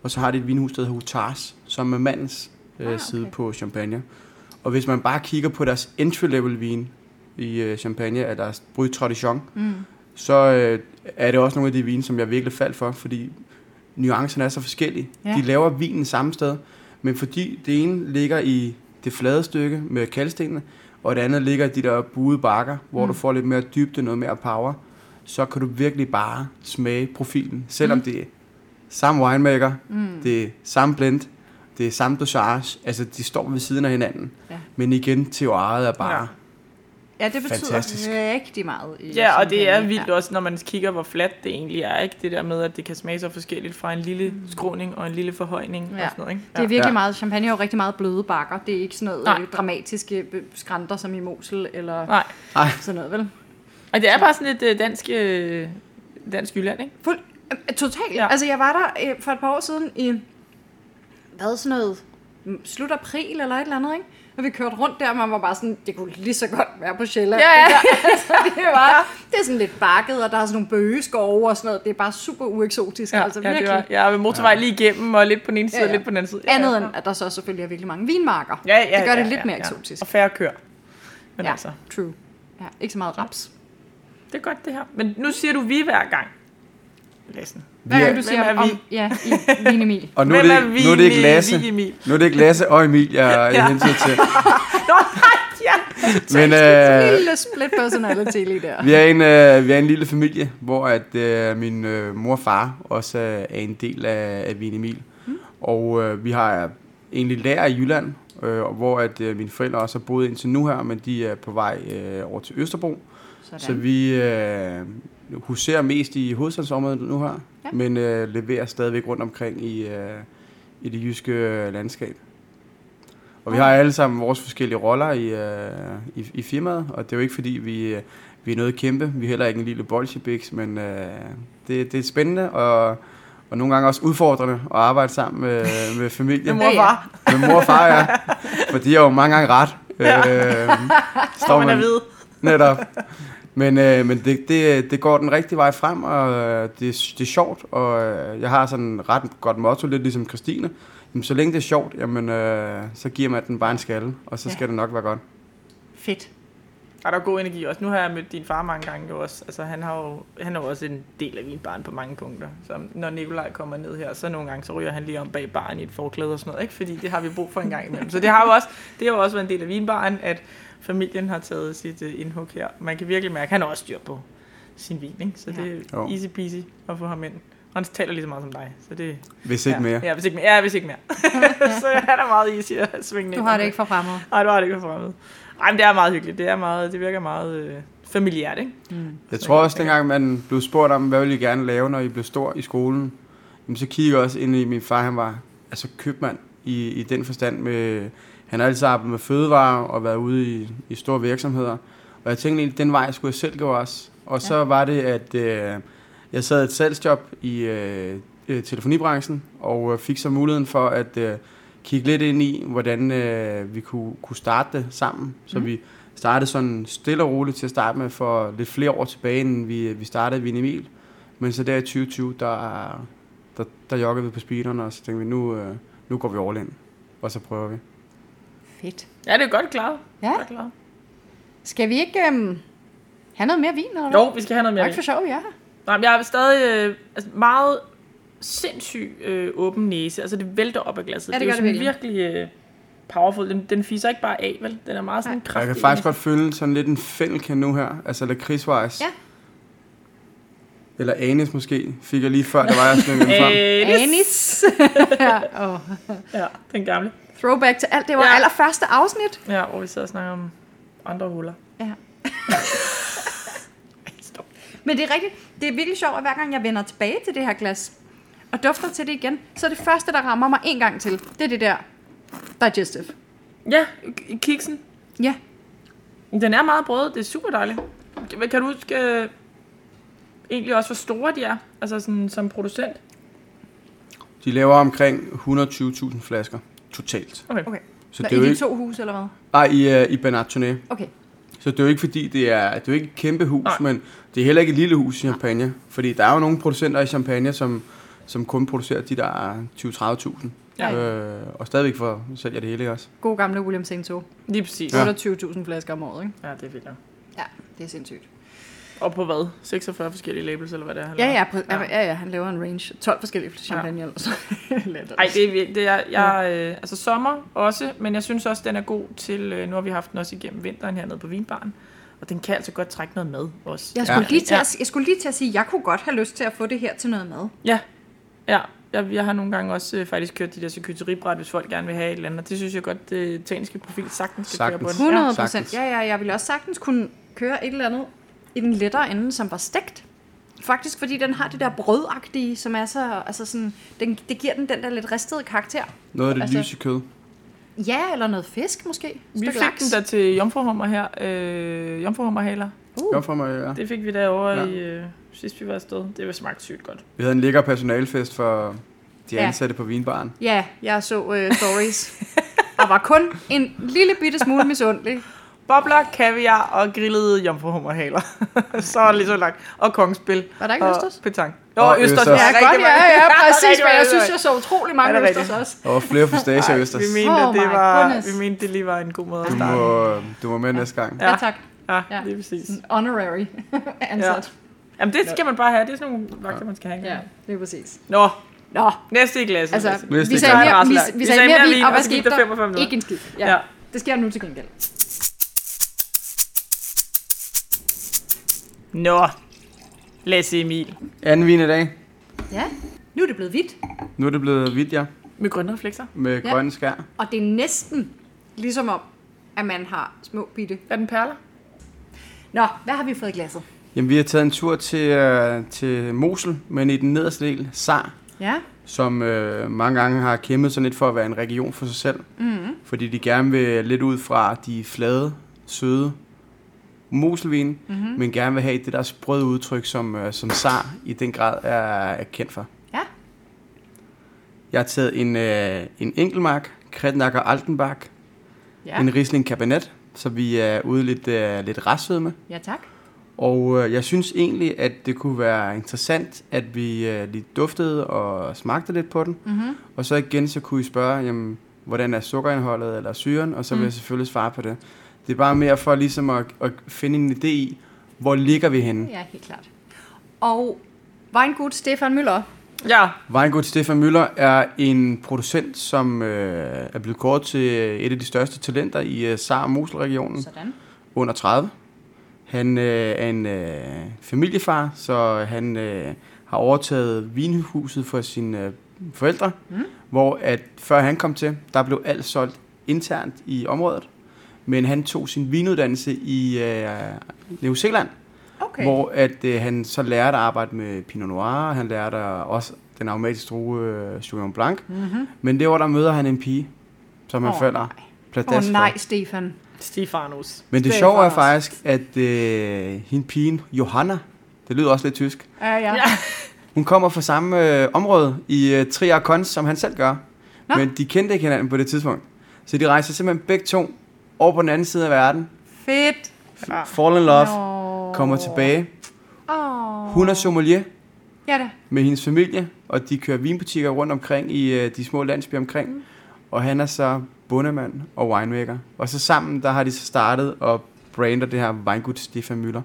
Speaker 3: Og så har de et vinhus, der hedder Hutars, som er mandens øh,
Speaker 1: Ah, okay.
Speaker 3: side på Champagne. Og hvis man bare kigger på deres entry-level vin i øh, Champagne, af deres Bry Tradition,
Speaker 1: Mm.
Speaker 3: så øh, er det også nogle af de vine, som jeg virkelig faldt for, fordi nuancerne er så forskellige.
Speaker 1: Ja.
Speaker 3: Ja. De laver vinen samme sted, men fordi det ene ligger i det flade stykke med kaldstenene, og det andet ligger i de der buede bakker, hvor
Speaker 1: Mm.
Speaker 3: mm. du får lidt mere dybde, noget mere power, så kan du virkelig bare smage profilen, selvom mm. det er samme winemaker,
Speaker 1: Mm.
Speaker 3: det er samme blend, det er samme dosage, altså de står ved siden af hinanden.
Speaker 1: Ja.
Speaker 3: Men igen, teoriet er bare...
Speaker 2: Ja.
Speaker 3: Ja.
Speaker 1: Ja, det betyder
Speaker 3: Fantastisk.
Speaker 1: rigtig meget. I
Speaker 2: Ja, og
Speaker 1: champagne.
Speaker 2: det er vildt
Speaker 1: Ja.
Speaker 2: også, når man kigger, hvor fladt det egentlig er. Ikke? Det der med, at det kan smage så forskelligt fra en lille skråning og en lille forhøjning
Speaker 1: Mm. Ja.
Speaker 2: og sådan noget. Ikke?
Speaker 1: Det er virkelig
Speaker 3: Ja.
Speaker 1: meget. Champagne har jo rigtig meget bløde bakker. Det er ikke sådan noget
Speaker 2: Nej.
Speaker 1: øh, dramatiske øh, skrænter som i Mosel eller
Speaker 2: Nej.
Speaker 3: Ej.
Speaker 1: sådan noget, vel?
Speaker 2: Og det er bare sådan et øh, dansk, øh, dansk Jylland, ikke?
Speaker 1: Fuld, øh, totalt. Ja.
Speaker 2: Ja.
Speaker 1: Altså, jeg var der øh, for et par år siden i, hvad sådan noget, m- slut april eller et eller andet, ikke? Og vi kørte rundt der, og man var bare sådan, det kunne lige så godt være på Sjælland.
Speaker 2: Ja, ja.
Speaker 1: Det, der, altså, det, var, det er sådan lidt bakket, og der er sådan nogle bøgeskove og sådan noget. Det er bare super ueksotisk.
Speaker 2: Ja,
Speaker 1: altså,
Speaker 2: ja, det
Speaker 1: virkelig.
Speaker 2: var, jeg er ved motorvej lige igennem, og lidt på den ene side
Speaker 1: Ja,
Speaker 2: ja,
Speaker 1: ja.
Speaker 2: og lidt på den anden side. Ja,
Speaker 1: Andet
Speaker 2: ja.
Speaker 1: end, at der så selvfølgelig er virkelig mange vinmarker.
Speaker 2: Ja, ja,
Speaker 1: det gør
Speaker 2: ja,
Speaker 1: det lidt
Speaker 2: ja,
Speaker 1: mere
Speaker 2: ja.
Speaker 1: eksotisk.
Speaker 2: Og færre køer. Men
Speaker 1: ja,
Speaker 2: ja. altså,
Speaker 1: true. Ja, ikke så meget raps.
Speaker 2: det er godt det her. Men nu siger du vi hver gang. Lassen.
Speaker 1: Hver gang du siger
Speaker 2: Hvem er
Speaker 1: om,
Speaker 2: vi?
Speaker 1: ja, i Vine Emil.
Speaker 3: Og nu er,
Speaker 2: Hvem
Speaker 3: det,
Speaker 2: er
Speaker 3: ikke-
Speaker 2: vi
Speaker 3: nu er det ikke
Speaker 2: med
Speaker 3: Lasse.
Speaker 2: Vi, Emil?
Speaker 3: Nu er det ikke Lasse og Emil, jeg, jeg hensyder til.
Speaker 2: Nå, nej, ja.
Speaker 3: Men øh,
Speaker 1: Lille split personality lige der.
Speaker 3: vi, er en, øh, vi er en lille familie, hvor at, øh, min øh, mor og far også øh, er en del af, af Vin Emil. Mm. Og øh, vi har egentlig lærer i Jylland, øh, og hvor at, øh, mine forældre også har boet indtil nu her, men de er på vej øh, over til Østerbro.
Speaker 1: Sådan.
Speaker 3: Så vi øh, huserer mest i hovedstadsområdet nu her,
Speaker 1: Ja.
Speaker 3: ja. men øh, leverer stadigvæk rundt omkring i, øh, i det jyske øh, landskab. Og vi har alle sammen vores forskellige roller i, øh, i, i firmaet, og det er jo ikke fordi, vi, øh, vi er noget kæmpe. Vi er heller ikke en lille bolsjebiks, men øh, det, det er spændende og, og nogle gange også udfordrende at arbejde sammen med, øh, med
Speaker 2: Det
Speaker 3: familie.
Speaker 2: mor
Speaker 1: Ja,
Speaker 2: var.
Speaker 3: med mor og far, ja. For de har jo mange gange ret. Øh,
Speaker 2: Står man er ved.
Speaker 3: Netop. Men, øh, men det, det, det går den rigtige vej frem, og øh, det, er- det er sjovt, og øh, jeg har sådan en ret godt motto, lidt ligesom Christine. Jamen, så længe det er sjovt, jamen, øh, så giver man den bare en skalle, og så
Speaker 1: Ja.
Speaker 3: skal det nok være godt.
Speaker 1: Fedt.
Speaker 2: Og der er god energi også. Nu har jeg mødt din far mange gange jo også. Altså, han, har jo, han er jo også en del af min barn på mange punkter. Så når Nikolaj kommer ned her, så nogle gange, så ryger han lige om bag baren i et forklæde og sådan noget, ikke? Fordi det har vi brug for en gang imellem. Så det har jo også, det har jo også været en del af vinbaren, at familien har taget sit uh, indhug her. Man kan virkelig mærke, at han har også styr på sin vin, ikke? Så
Speaker 1: Ja.
Speaker 2: det er
Speaker 3: Jo.
Speaker 2: easy peasy at få ham ind. Og han taler lige så meget som dig, så det...
Speaker 3: Hvis ikke
Speaker 2: ja,
Speaker 3: mere.
Speaker 2: Ja, hvis ikke mere. Ja, hvis ikke mere. så han er meget easy at svinge
Speaker 1: Du
Speaker 2: ind
Speaker 1: har det
Speaker 2: omkring.
Speaker 1: ikke for fremmed.
Speaker 2: Nej, du har det ikke for fremmed. Ej, men det er meget hyggeligt. Det, er meget, det virker meget øh, familiært, ikke?
Speaker 3: Jeg tror også, dengang man blev spurgt om, hvad ville I gerne lave, når I blev stor i skolen, jamen, så kiggede jeg også ind i, min far han var altså købmand i, i den forstand. Med, han har altid arbejdet med fødevarer og været ude i, i store virksomheder. Og jeg tænkte egentlig, den vej skulle jeg selv gå også. Og så ja. var det, at øh, jeg sad i et salgsjob i øh, øh, telefonibranchen, og øh, fik så muligheden for at øh, kigge lidt ind i, hvordan øh, vi kunne, kunne starte det sammen. Så mm. vi startede sådan stille og roligt til at starte med for lidt flere år tilbage, inden vi, vi startede Vin Emil. Men så der i 2020, der, der, der joggede vi på speederen, og så tænkte vi, nu, øh, nu går vi all in, og så prøver vi.
Speaker 1: Fedt.
Speaker 2: Ja, det er godt klaret.
Speaker 1: Ja.
Speaker 2: Godt klaret.
Speaker 1: Skal vi ikke øhm, have noget mere vin? Eller hvad?
Speaker 2: Jo, vi skal have noget
Speaker 1: Det er
Speaker 2: mere.
Speaker 1: ikke for
Speaker 2: vin.
Speaker 1: sjov, ja.
Speaker 2: Nej, men jeg er stadig øh, altså meget sindssyg øh, åben næse. Altså, det vælter op af glasset.
Speaker 1: Ja, det
Speaker 2: det,
Speaker 1: gør
Speaker 2: er jo
Speaker 1: det
Speaker 2: sådan virkelig øh, powerful. Den, den fiser ikke bare af, vel? Den er meget sådan
Speaker 1: Nej.
Speaker 2: kraftig.
Speaker 3: Jeg kan faktisk godt føle sådan lidt en fælken nu her, altså lakridsvejs.
Speaker 1: Ja.
Speaker 3: Eller anis måske, fik jeg lige før, der var jeg sådan lidt frem.
Speaker 1: Øh.
Speaker 2: Æh,
Speaker 1: Anis. ja, og
Speaker 2: Øh, ja, den gamle.
Speaker 1: throwback til alt. Det var ja.
Speaker 2: Ja.
Speaker 1: allerførste afsnit.
Speaker 2: Ja, hvor vi sidder og snakker om andre huller.
Speaker 1: Ja.
Speaker 2: Ej, Stop.
Speaker 1: Men det er rigtigt. Det er virkelig sjovt, at hver gang jeg vender tilbage til det her glas, og dufter til det igen, så er det første, der rammer mig en gang til. Det er det der digestive.
Speaker 2: Ja, k- kiksen.
Speaker 1: Ja.
Speaker 2: Den er meget brødet, det er super dejligt. Hvad Kan du huske øh, egentlig også, hvor store de er? Altså sådan, som producent?
Speaker 3: De laver omkring 120.000 flasker totalt.
Speaker 2: Okay.
Speaker 1: Okay.
Speaker 3: Så
Speaker 1: Hvad,
Speaker 3: det er jo
Speaker 1: I de
Speaker 3: ikke,
Speaker 1: to huse, eller hvad?
Speaker 3: nej, i, øh, i Bernard-turné.
Speaker 1: Okay.
Speaker 3: Så det er jo ikke fordi, det er, det er jo ikke et kæmpe hus,
Speaker 2: Nej.
Speaker 3: Nej. men det er heller ikke et lille hus i Champagne. Fordi der er jo nogle producenter i Champagne, som, som kun producerer de der 20-30.000.
Speaker 1: Ja.
Speaker 3: Øh, og stadigvæk for sælger det hele ikke også.
Speaker 1: God gamle William Sengto.
Speaker 2: Lige præcis. Ja,
Speaker 1: 28.000 flasker om året, ikke?
Speaker 2: ja det er vildt. nok.
Speaker 1: Ja, det er sindssygt.
Speaker 2: Og på hvad? 46 forskellige labels, eller hvad det er? han
Speaker 1: Ja,
Speaker 2: laver?
Speaker 1: ja, præ- ja. ja, ja, han laver en range. 12 forskellige champagne, ja. eller så.
Speaker 2: Ej, det er virkelig, det er, jeg, øh, altså sommer også, men jeg synes også, den er god til, øh, nu har vi haft den også igennem vinteren hernede på Vinbaren, og den kan altså godt trække noget med også.
Speaker 1: Jeg skulle,
Speaker 3: Ja.
Speaker 1: lige til at, jeg skulle lige til at sige, at jeg kunne godt have lyst til at få det her til noget mad.
Speaker 2: Ja, ja. Jeg, jeg har nogle gange også øh, faktisk kørt de der charcuteriebræt, hvis folk gerne vil have et eller andet, og det synes jeg godt, det tekniske profil sagtens kan køre på
Speaker 3: Sagtens.
Speaker 2: den.
Speaker 1: 100
Speaker 3: sagtens.
Speaker 1: procent. Ja, ja, jeg ville også sagtens kunne køre et eller andet i den lettere ende, som var stegt. Faktisk fordi den har det der brødagtige, som er så, altså sådan, den, det giver den den der lidt ristede karakter.
Speaker 3: Noget af det
Speaker 1: Altså-
Speaker 3: altså, lyse kød.
Speaker 1: Ja, eller noget fisk måske. Et
Speaker 2: Vi
Speaker 1: stykke
Speaker 2: fik den
Speaker 1: laks.
Speaker 2: der til jomfruhummer her, øh, jomfruhummerhaler.
Speaker 3: Uh. fra mig, ja.
Speaker 2: Det fik vi derovre ja.
Speaker 3: Ja.
Speaker 2: i, øh, sidst vi var afsted. Det var smagt sygt godt.
Speaker 3: Vi havde en lækker personalfest for de
Speaker 1: Ja.
Speaker 3: ansatte på vinbaren.
Speaker 1: Ja, jeg så uh, stories. og var kun en lille bitte smule misundelig.
Speaker 2: Bobler, kaviar og grillede jomfruhummerhaler. så er det lige så langt. Og kongspil.
Speaker 1: Var der ikke
Speaker 2: og
Speaker 1: østers?
Speaker 2: Petang. Jo,
Speaker 3: Og
Speaker 2: og østers.
Speaker 3: østers.
Speaker 1: Ja,
Speaker 3: Der
Speaker 1: godt, ja, ja, præcis, men jeg synes, jeg
Speaker 2: jeg...
Speaker 1: så utrolig
Speaker 2: Ja,
Speaker 1: mange
Speaker 2: det er
Speaker 1: østers
Speaker 2: rigtigt.
Speaker 1: også.
Speaker 3: Og flere pistache og østers.
Speaker 2: Vi mente, at
Speaker 1: Oh
Speaker 2: det
Speaker 1: my
Speaker 2: var,
Speaker 1: goodness.
Speaker 2: vi mente, det lige var en god måde at
Speaker 3: Du
Speaker 2: starte.
Speaker 3: må, du må med næste gang.
Speaker 1: Ja, tak.
Speaker 2: Ja,
Speaker 1: Ja.
Speaker 2: det er præcis.
Speaker 1: En honorary ansat.
Speaker 2: Jamen, det skal man bare have. Det er sådan nogle vagter, man skal have.
Speaker 1: Ja, det er præcis.
Speaker 2: Nå,
Speaker 1: Nå,
Speaker 2: næste i glasset.
Speaker 1: Altså,
Speaker 3: Hvis
Speaker 1: vi
Speaker 3: det
Speaker 1: sagde
Speaker 3: gør
Speaker 1: mere,
Speaker 2: det.
Speaker 1: vi, vi,
Speaker 2: Vi
Speaker 1: sagde mere vin, og hvad
Speaker 2: så gik
Speaker 1: skete
Speaker 2: der
Speaker 1: der?
Speaker 2: 45 minutter.
Speaker 1: Ikke en skid. Ja.
Speaker 2: Ja.
Speaker 1: ja. Det sker nu til gengæld.
Speaker 2: Nå, Lasse Emil.
Speaker 3: Anden vin i dag.
Speaker 1: Ja. Nu er det blevet hvidt,
Speaker 3: Nu er det blevet vidja
Speaker 2: Med grønne reflekser.
Speaker 3: med
Speaker 1: Ja.
Speaker 3: ja. grønne skær.
Speaker 1: og det er næsten ligesom om, at man har små bitte.
Speaker 2: Er den perler?
Speaker 1: Nå, hvad har vi fået i glasset?
Speaker 3: Jamen, vi har taget en tur til, øh, til Mosel, men i den nederste del, Sar,
Speaker 1: Ja.
Speaker 3: som øh, mange gange har kæmpet sådan lidt for at være en region for sig selv. Mm-hmm. Fordi de gerne vil lidt ud fra de flade, søde moselvin, mm-hmm. men gerne vil have det der sprøde udtryk, som, øh, som Sar i den grad er, er kendt for.
Speaker 1: Ja.
Speaker 3: Jeg har taget en, øh, en enkelmark, Kretnacker Altenbach,
Speaker 1: Ja,
Speaker 3: ja. en Riesling Cabernet, så vi er ude lidt, øh, lidt restsødme.
Speaker 1: ja tak.
Speaker 3: Og øh, jeg synes egentlig, at det kunne være interessant, at vi øh, lige duftede og smagte lidt på den. Mm-hmm. Og så igen, så kunne I spørge, jamen, hvordan er sukkerindholdet eller syren, og så vil mm. jeg selvfølgelig svare på det. Det er bare mere for ligesom at, at finde en idé i, hvor ligger vi henne.
Speaker 1: Ja, helt klart. Og Weingud Stefan Møller.
Speaker 2: Ja.
Speaker 3: Weingud Stefan Møller er en producent, som øh, er blevet kåret til et af de største talenter i øh, Saar- og Moselregionen.
Speaker 1: Sådan.
Speaker 3: under 30. Han øh, er en øh, familiefar, så han øh, har overtaget vinhuset for sine øh, forældre, mm. hvor at før han kom til, der blev alt solgt internt i området. Men han tog sin vinuddannelse i øh, New Zealand,
Speaker 1: Okay.
Speaker 3: okay. hvor at øh, han så lærte at arbejde med Pinot Noir, han lærte også den aromatiske drue øh, Sauvignon Blanc. Mm-hmm. Men det år, der møder han en pige, som han
Speaker 1: Mhm. Åh,
Speaker 3: oh, falder
Speaker 1: Åh
Speaker 3: pladask
Speaker 1: oh, nej,
Speaker 3: for.
Speaker 1: Stefan.
Speaker 2: Stefanos.
Speaker 3: Men det
Speaker 1: Stedet
Speaker 3: sjove er
Speaker 1: for os.
Speaker 3: faktisk, at øh, hende pigen, Johanna, det lyder også lidt tysk,
Speaker 1: Ja, ja.
Speaker 2: Ja.
Speaker 3: hun kommer fra samme øh, område i øh, Trier Kons, som han selv gør.
Speaker 1: Nå.
Speaker 3: Men de kendte ikke hinanden på det tidspunkt. Så de rejser simpelthen begge to over på den anden side af verden.
Speaker 1: Fedt.
Speaker 2: Ja.
Speaker 3: Fall in love,
Speaker 1: Nå.
Speaker 3: kommer tilbage.
Speaker 1: Åh.
Speaker 3: Hun er sommelier
Speaker 1: Ja da.
Speaker 3: med hendes familie, og de kører vinbutikker rundt omkring i øh, de små landsbyer omkring. Mm. Og han er så bondemand og winemaker. Og så sammen, der har de så startet og brander det her Weingut Stefan Müller,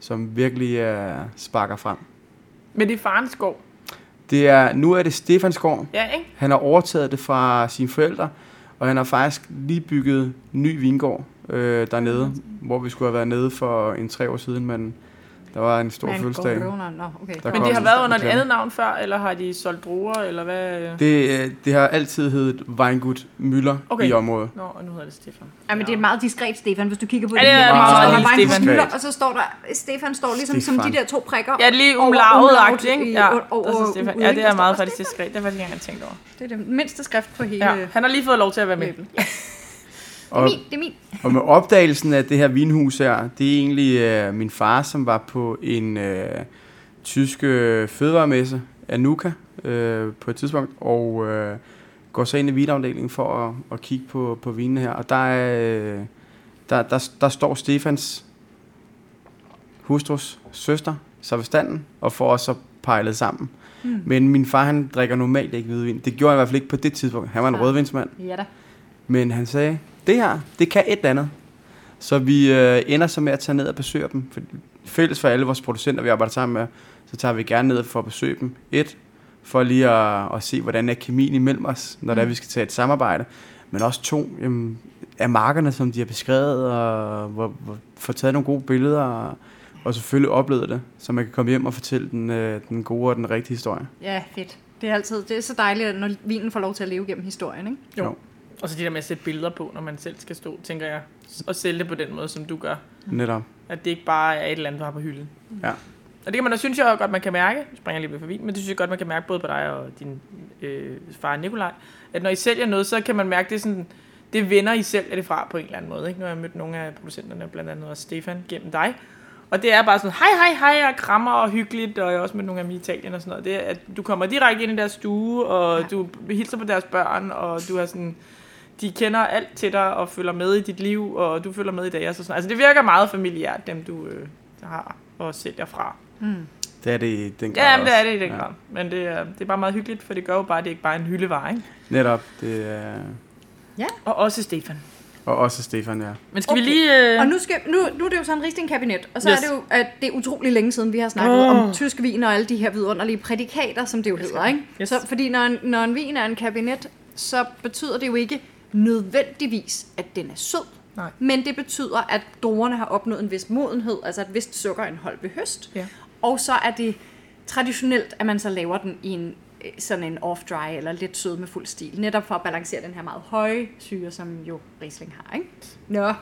Speaker 3: som virkelig øh, sparker frem.
Speaker 2: Men det er farens gård.
Speaker 3: Det er, nu er det Stefansgård.
Speaker 2: Ja, ikke?
Speaker 3: Han har overtaget det fra sine forældre, og han har faktisk lige bygget ny vingård øh, dernede, hvor vi skulle have været nede for en tre år siden, men der var en stor
Speaker 1: Man går
Speaker 3: fødselsdag.
Speaker 1: corona. Nå, okay.
Speaker 3: Der
Speaker 2: Men
Speaker 3: kom
Speaker 2: det har
Speaker 3: en
Speaker 2: været under et
Speaker 3: reklame.
Speaker 2: andet navn før, eller har de solgt druer, eller hvad?
Speaker 3: Det, øh, det har altid heddet Weingut Müller
Speaker 2: Okay.
Speaker 3: okay. i området.
Speaker 2: Nå, og nu hedder det Stefan.
Speaker 1: Ja, men det er meget diskret, Stefan, hvis du kigger på
Speaker 2: Ja,
Speaker 1: det.
Speaker 2: det er
Speaker 1: her.
Speaker 3: meget
Speaker 1: Der er bare en
Speaker 2: Stefan.
Speaker 1: computer, og så står der, Stefan står ligesom som de
Speaker 3: Stefan.
Speaker 1: der to prikker.
Speaker 2: Ja, det er lige
Speaker 1: over
Speaker 2: umlavet
Speaker 1: umlaut
Speaker 2: ikke?
Speaker 1: i-
Speaker 2: Ja,
Speaker 1: o-
Speaker 2: der
Speaker 1: over
Speaker 2: står Stefan.
Speaker 1: ude,
Speaker 2: Ja,
Speaker 1: ikke?
Speaker 2: det
Speaker 1: Der
Speaker 2: er
Speaker 1: står
Speaker 2: meget
Speaker 1: også
Speaker 2: faktisk diskret. Det har jeg faktisk ikke engang tænkt over.
Speaker 1: Det er det mindste skrift på hele...
Speaker 2: Ja, han har lige fået lov til at være med.
Speaker 1: Det er
Speaker 3: Og,
Speaker 1: min, det er min.
Speaker 3: og med opdagelsen af det her vinhus her, det er egentlig øh, min far, som var på en øh, tysk øh, fødevaremesse, Anuka, øh, på et tidspunkt, og øh, går så ind i vinafdelingen for at, at kigge på, på vinene her, og der, er, øh, der, der, der står Stefans hustrus søster, så ved standen, og får os så pejlet sammen.
Speaker 1: Mm.
Speaker 3: Men min far, han drikker normalt ikke hvidvin. Det gjorde han i hvert fald ikke på det tidspunkt. Han var en
Speaker 1: Ah.
Speaker 3: rødvinsmand.
Speaker 1: Ja da.
Speaker 3: Men han sagde, det her, det kan et eller andet. Så vi øh, ender så med at tage ned og besøge dem. For, fælles for alle vores producenter, vi arbejder sammen med, så tager vi gerne ned for at besøge dem. Et, for lige at, at se, hvordan er kemien imellem os, når mm. det er, vi skal tage et samarbejde. Men også to, jamen, er markerne, som de har beskrevet, og hvor, hvor, få taget nogle gode billeder, og, og selvfølgelig opleve det, så man kan komme hjem og fortælle den, øh, den gode og den rigtige historie.
Speaker 1: Ja, fedt. Det er altid det er så dejligt, når vinen får lov til at leve gennem historien, ikke?
Speaker 2: Jo.
Speaker 3: Jo.
Speaker 2: Og så det der med at sætte billeder på, når man selv skal stå, tænker jeg. Og sælge det på den måde, som du gør.
Speaker 3: Netop.
Speaker 2: At det ikke bare er et eller andet, du har på hylden.
Speaker 3: Ja.
Speaker 2: Og det kan man også, synes jeg godt, man kan mærke, nu springer jeg lige lidt forbi, men det synes jeg godt, man kan mærke både på dig og din øh, far Nikolaj, at når I sælger noget, så kan man mærke, det er sådan, det vender I selv er det fra på en eller anden måde. Ikke? Nu har jeg mødt nogle af producenterne, blandt andet også Stefan, gennem dig. Og det er bare sådan, hej, hej, hej, og krammer og hyggeligt, og jeg har også mødt nogle af dem i Italien og sådan noget. Det er, at du kommer direkte ind i deres stue, og
Speaker 1: Ja.
Speaker 2: ja. du hilser på deres børn, og du har sådan, de kender alt til dig, og følger med i dit liv, og du følger med i deres og sådan noget. Altså det virker meget familiært, dem du øh, har og sælger fra.
Speaker 3: Det er det i den grad
Speaker 2: Ja, men det er
Speaker 3: også.
Speaker 2: det i den grad. Men det er, det er bare meget hyggeligt, for det gør jo bare, at det ikke bare er en hyldevare, ikke?
Speaker 3: Netop. Det er,
Speaker 2: Og også Stefan.
Speaker 3: og også Stefan, ja.
Speaker 2: Men skal okay. vi
Speaker 1: Okay.
Speaker 2: lige... Øh...
Speaker 1: Og nu, skal, nu, nu er det jo sådan rigtig en kabinet, og så yes.
Speaker 2: Yes.
Speaker 1: er det jo, at det er utrolig længe siden, vi har snakket oh.
Speaker 2: Åh.
Speaker 1: om tysk vin og alle de her vidunderlige prædikater, som det jo hedder, ikke? Yes.
Speaker 2: Yes.
Speaker 1: Så, fordi når en, når en vin er en kabinet, så betyder det jo ikke nødvendigvis, at den er sød.
Speaker 2: Nej.
Speaker 1: Men det betyder, at druerne har opnået en vis modenhed, altså et vist sukkerindhold ved høst.
Speaker 2: Ja.
Speaker 1: Og så er det traditionelt, at man så laver den i en øh, sådan en off-dry eller lidt sød med fuld stil, netop for at balancere den her meget høje syre, som jo Riesling har, ikke? Nå.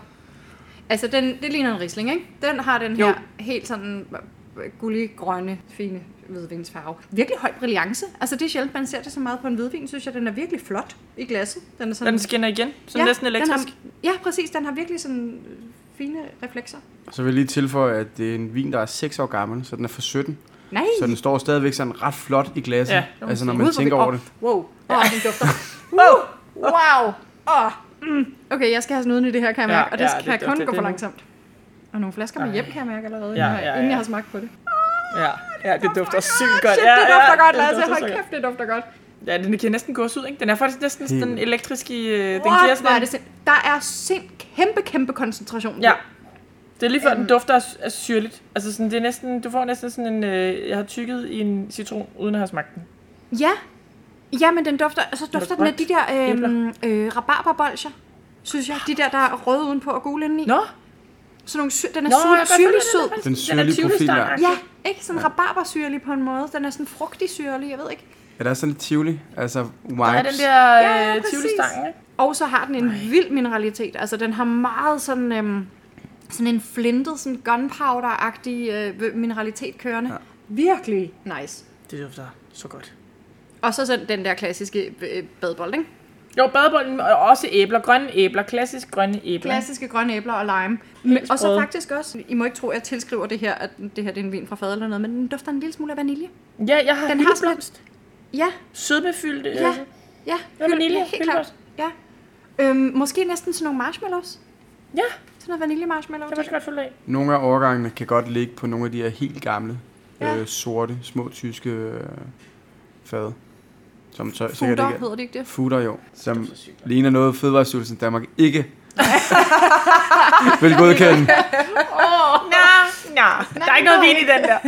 Speaker 1: Altså, den, det ligner en Riesling, ikke? Den har den her
Speaker 2: Jo.
Speaker 1: helt sådan øh, gullig, grønne, fine hvidvinsfarve. Virkelig høj brillance. Altså, det er sjældent, man ser det så meget på en hvidvin, synes jeg. Den er virkelig flot i glasset. Den er sådan...
Speaker 2: Den skinner igen, sådan ja, næsten elektrisk.
Speaker 1: Den har, ja, præcis. Den har virkelig sådan øh, fine reflekser.
Speaker 3: Så vil jeg lige tilføje, at det er en vin, der er 6 år gammel, så den er fra 17.
Speaker 1: Nej!
Speaker 3: Så den står stadigvæk sådan ret flot i glasset,
Speaker 2: Ja,
Speaker 3: ja,
Speaker 2: det må man
Speaker 3: altså når
Speaker 1: sige.
Speaker 3: man
Speaker 1: Ude på
Speaker 3: tænker
Speaker 1: vi-
Speaker 3: over
Speaker 1: Åh,
Speaker 3: det.
Speaker 1: Wow. Åh, oh, den dufter. Wow. Wow. Åh. Mm. Okay, jeg skal have snuden i det her, kan jeg
Speaker 2: Ja,
Speaker 1: mærke. Og det
Speaker 2: ja,
Speaker 1: skal
Speaker 2: det
Speaker 1: jeg kun
Speaker 2: dufter-
Speaker 1: gå for
Speaker 2: det-
Speaker 1: langsomt. Og nogle flasker med
Speaker 2: Ej.
Speaker 1: hjem, kan jeg mærke allerede,
Speaker 2: Ja,
Speaker 1: inden, jeg-
Speaker 2: ja,
Speaker 1: inden
Speaker 2: ja.
Speaker 1: jeg har smagt på det. Ah,
Speaker 2: Ja, ja, det dufter sygt godt.
Speaker 1: Shit,
Speaker 2: ja,
Speaker 1: det dufter
Speaker 2: ja,
Speaker 1: godt,
Speaker 2: den
Speaker 1: Lasse.
Speaker 2: dufter så
Speaker 1: Hold kæft, det dufter godt.
Speaker 2: godt. Ja, den kan næsten gås ud, ikke? Den er faktisk næsten
Speaker 3: Helt.
Speaker 2: sådan elektrisk i... Øh, den
Speaker 1: What,
Speaker 2: giver
Speaker 1: hvor er
Speaker 2: sådan
Speaker 1: det
Speaker 2: en,
Speaker 1: sind... Der er sind kæmpe, kæmpe koncentration.
Speaker 2: Ja. Det er lige før,
Speaker 1: Øhm.
Speaker 2: den dufter af, af syrligt. Altså sådan, det er næsten, du får næsten sådan en... Øh, jeg har tykket i en citron, uden at have smagt den.
Speaker 1: Ja. Ja, men den dufter, så dufter den af de
Speaker 2: grønt.
Speaker 1: der øh, øh, rabarberbolcher, synes jeg. De der, der er røde udenpå og gule indeni.
Speaker 2: Nå,
Speaker 1: Sådan nogle, sy- den er
Speaker 2: Nå, jeg kan
Speaker 1: syrlig,
Speaker 2: godt
Speaker 1: syrlig
Speaker 2: følge
Speaker 1: sød.
Speaker 2: det, det
Speaker 3: Den syrlige
Speaker 2: Tivoli
Speaker 3: profil, ja.
Speaker 2: Star.
Speaker 1: Ja, ikke? Sådan rabarbersyrlig på en måde. Den er sådan frugtig syrlig, jeg ved ikke.
Speaker 3: Ja, der er sådan lidt tivoli, altså vibes.
Speaker 2: Der er den der
Speaker 1: Ja, ja,
Speaker 2: øh,
Speaker 1: præcis.
Speaker 2: tivoli-stang, ikke?
Speaker 1: Og så har den en vild mineralitet. Altså, den har meget sådan... Øhm, sådan en flintet, sådan gunpowder-agtig øh, mineralitet kørende. Ja. Virkelig nice.
Speaker 2: Det dufter så godt.
Speaker 1: Og så, så den der klassiske øh, badbold, ikke?
Speaker 2: Jo, badebolden og også æbler. Grønne æbler. Klassisk grønne æbler.
Speaker 1: Klassiske grønne æbler og lime. Men, og så
Speaker 2: sprøde.
Speaker 1: faktisk også, I må ikke tro, at jeg tilskriver det her, at det her det er en vin fra fad eller noget, men den dufter en lille smule af vanilje.
Speaker 2: Ja, jeg har
Speaker 1: Den
Speaker 2: den
Speaker 1: har sådan
Speaker 2: hyldeblomst.
Speaker 1: Ja,
Speaker 2: Sødmefyldt. øh,
Speaker 1: Ja. ja.
Speaker 2: Noget vanilje,
Speaker 1: ja, helt klart.
Speaker 2: hyldeblomst.
Speaker 1: Ja. Øhm, måske næsten sådan nogle marshmallows.
Speaker 2: ja,
Speaker 1: Sådan noget vanilje marshmallow.
Speaker 2: det var godt følge af.
Speaker 3: Nogle af årgangene kan godt ligge på nogle af de her helt gamle,
Speaker 1: Ja.
Speaker 3: ja. øh, sorte, små tyske øh, fade. Som så, sikkert
Speaker 1: Futter
Speaker 3: ikke er.
Speaker 1: hedder det ikke det?
Speaker 3: Futter, jo. Som
Speaker 2: så sygt godt.
Speaker 3: ligner noget, Fødevarestyrelsen i Danmark ikke vil godkende.
Speaker 2: Nå, nå. Der er ikke noget vin i den der.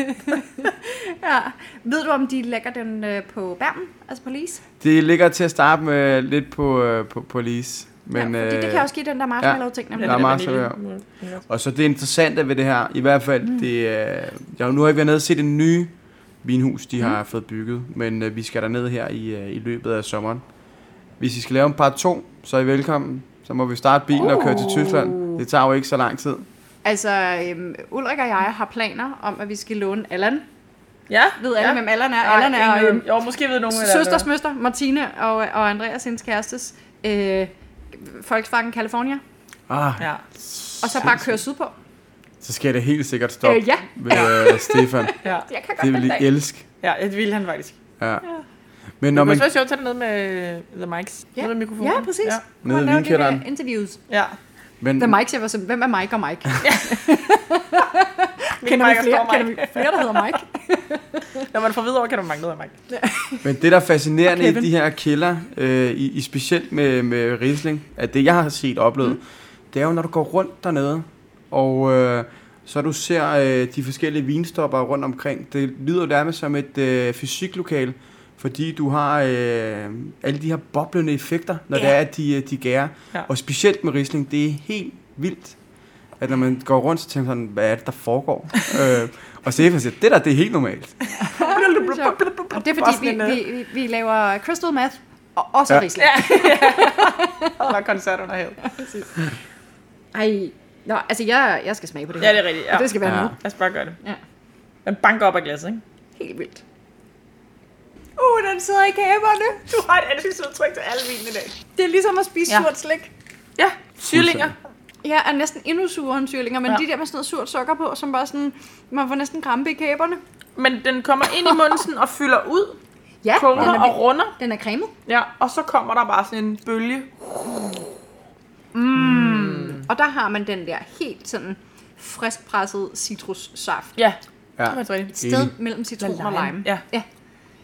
Speaker 1: Ja. Ved du, om de lægger den øh, på bærmen, altså på lis?
Speaker 3: Det ligger til at starte med lidt på, øh, på, på lease. Men,
Speaker 1: ja, fordi det
Speaker 3: øh,
Speaker 1: kan også give den der marshmallow-ting.
Speaker 3: Der er
Speaker 1: Ja.
Speaker 2: den
Speaker 3: meget
Speaker 2: vanilje.
Speaker 3: Og så det interessante ved det her, i hvert fald, mm. det, øh, jeg har nu har ikke været nede og se det nye vinhus, de
Speaker 1: Mm.
Speaker 3: har fået bygget, men øh, vi skal derned her i, øh, i løbet af sommeren. Hvis I skal lave en par to, så er I velkommen. Så må vi starte bilen og køre til
Speaker 1: Uh.
Speaker 3: Tyskland. Det tager jo ikke så lang tid.
Speaker 1: Altså, øhm, Ulrik og jeg har planer om, at vi skal låne Allan.
Speaker 2: Ja.
Speaker 1: Ved alle,
Speaker 2: ja.
Speaker 1: ja. hvem Allan er?
Speaker 2: Nej,
Speaker 1: Allan er
Speaker 2: ingen
Speaker 1: øhm,
Speaker 2: ved- Jo, måske ved nogen, hvad det er.
Speaker 1: søsters møster, Martine og, og Andreas, hendes kærestes, øh, Volkswagen California.
Speaker 3: Ah,
Speaker 2: Ja.
Speaker 1: Og så bare køre sydpå.
Speaker 3: Så skal det helt sikkert stoppe
Speaker 1: Øh, ja.
Speaker 3: med øh, Stefan.
Speaker 2: Ja.
Speaker 1: Jeg kan godt
Speaker 3: Det vil
Speaker 1: den
Speaker 3: I
Speaker 1: dag.
Speaker 3: elske.
Speaker 2: ja, det ville han faktisk.
Speaker 3: Ja. Men
Speaker 2: Nå,
Speaker 3: når
Speaker 2: men...
Speaker 3: man...
Speaker 2: Det kunne også være sjovt at tage det ned med The Mics.
Speaker 1: Ja.
Speaker 2: Ned med mikrofonen.
Speaker 1: Ja, Mm. præcis.
Speaker 2: Ja.
Speaker 1: Kunne man
Speaker 3: Nede i
Speaker 1: lave det
Speaker 3: vinkælderen.
Speaker 1: med Interviews.
Speaker 2: ja.
Speaker 3: Men,
Speaker 1: The Mike, jeg var sådan, hvem er Mike og Mike? Kender vi
Speaker 2: Mike og
Speaker 1: flere,
Speaker 2: Storm
Speaker 1: kender vi
Speaker 2: Mike.
Speaker 1: flere der hedder Mike?
Speaker 2: Når man får videre over, kan du mange noget af Mike.
Speaker 3: men det, der er fascinerende
Speaker 2: Og
Speaker 3: i
Speaker 2: Kevin.
Speaker 3: de her kilder, øh, i, i specielt med, med Riesling, at det, jeg har set og oplevet, mm. det er jo, når du går rundt dernede, og øh, så du ser øh, de forskellige vinstopper rundt omkring. Det lyder jo nærmest som et øh, fysiklokale, fordi du har øh, alle de her boblende effekter, når
Speaker 2: Ja.
Speaker 3: det er, at de, øh, de gærer.
Speaker 2: Ja.
Speaker 3: Ja. Og specielt med Riesling, det er helt vildt, at når man går rundt, så tænker man sådan, hvad er det, der foregår? øh, og Stefan siger, det der, det er helt normalt.
Speaker 1: Det er sjovt. Og det er fordi, vi,
Speaker 2: Bare sådan en,
Speaker 1: vi, vi, vi laver crystal meth, og også ja.
Speaker 3: Ja.
Speaker 1: Riesling.
Speaker 2: Der er koncert under havet.
Speaker 1: Ej, Nå, altså jeg, jeg skal smage på det
Speaker 2: Ja,
Speaker 1: her.
Speaker 2: det er rigtigt. Ja.
Speaker 1: Og det skal være ja.
Speaker 3: Ja.
Speaker 1: nu.
Speaker 2: Lad os bare gøre det.
Speaker 1: Ja.
Speaker 2: Den banker op af glasset, ikke?
Speaker 1: Helt vildt.
Speaker 2: Uh, den sidder i kæberne. Du har et ansigtsudtryk til alle vinen i dag.
Speaker 1: Det er ligesom at spise
Speaker 2: Ja.
Speaker 1: surt slik.
Speaker 2: Ja, syrlinger.
Speaker 1: Ja, er næsten endnu surere end syrlinger, men
Speaker 2: Ja.
Speaker 1: ja. de der med sådan noget surt sukker på, som bare sådan, man får næsten krampe i kæberne.
Speaker 2: Men den kommer ind i munden sådan og fylder ud,
Speaker 1: Ja, den
Speaker 2: koger
Speaker 1: er,
Speaker 2: og runder.
Speaker 1: vild. den er cremet.
Speaker 2: Ja, og så kommer der bare sådan en bølge.
Speaker 1: Og der har man den der helt sådan friskpresset citrussaft.
Speaker 2: Ja,
Speaker 3: Ja.
Speaker 2: det var så rigtigt.
Speaker 1: Et sted
Speaker 3: Enig.
Speaker 1: mellem citron
Speaker 2: Med
Speaker 1: og
Speaker 2: lime.
Speaker 1: lime.
Speaker 2: Ja.
Speaker 1: ja.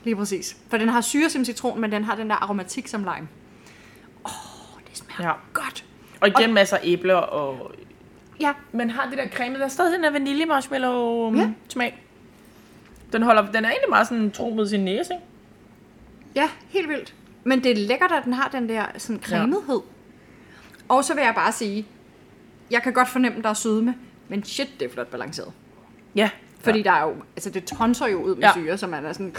Speaker 1: Lige præcis. For den har syre som citron, men den har den der aromatik som lime. Åh, oh, det smager
Speaker 2: Ja.
Speaker 1: ja. godt.
Speaker 2: Og igen masser af æbler og...
Speaker 1: Ja,
Speaker 2: Men har det der creme, der er stadig den der vanilje marshmallow
Speaker 1: Ja.
Speaker 2: ja. smag. Den, holder, den er egentlig meget sådan tro mod sin næse, ikke?
Speaker 1: ja, helt vildt. Men det er lækkert, at den har den der sådan cremethed. Ja. Og så vil jeg bare sige, jeg kan godt fornemme, der er sødme, men shit, det er flot balanceret.
Speaker 2: Ja.
Speaker 1: Fordi ja. der er jo, altså det tonser jo ud med
Speaker 2: Ja.
Speaker 1: ja. syre, så man er sådan,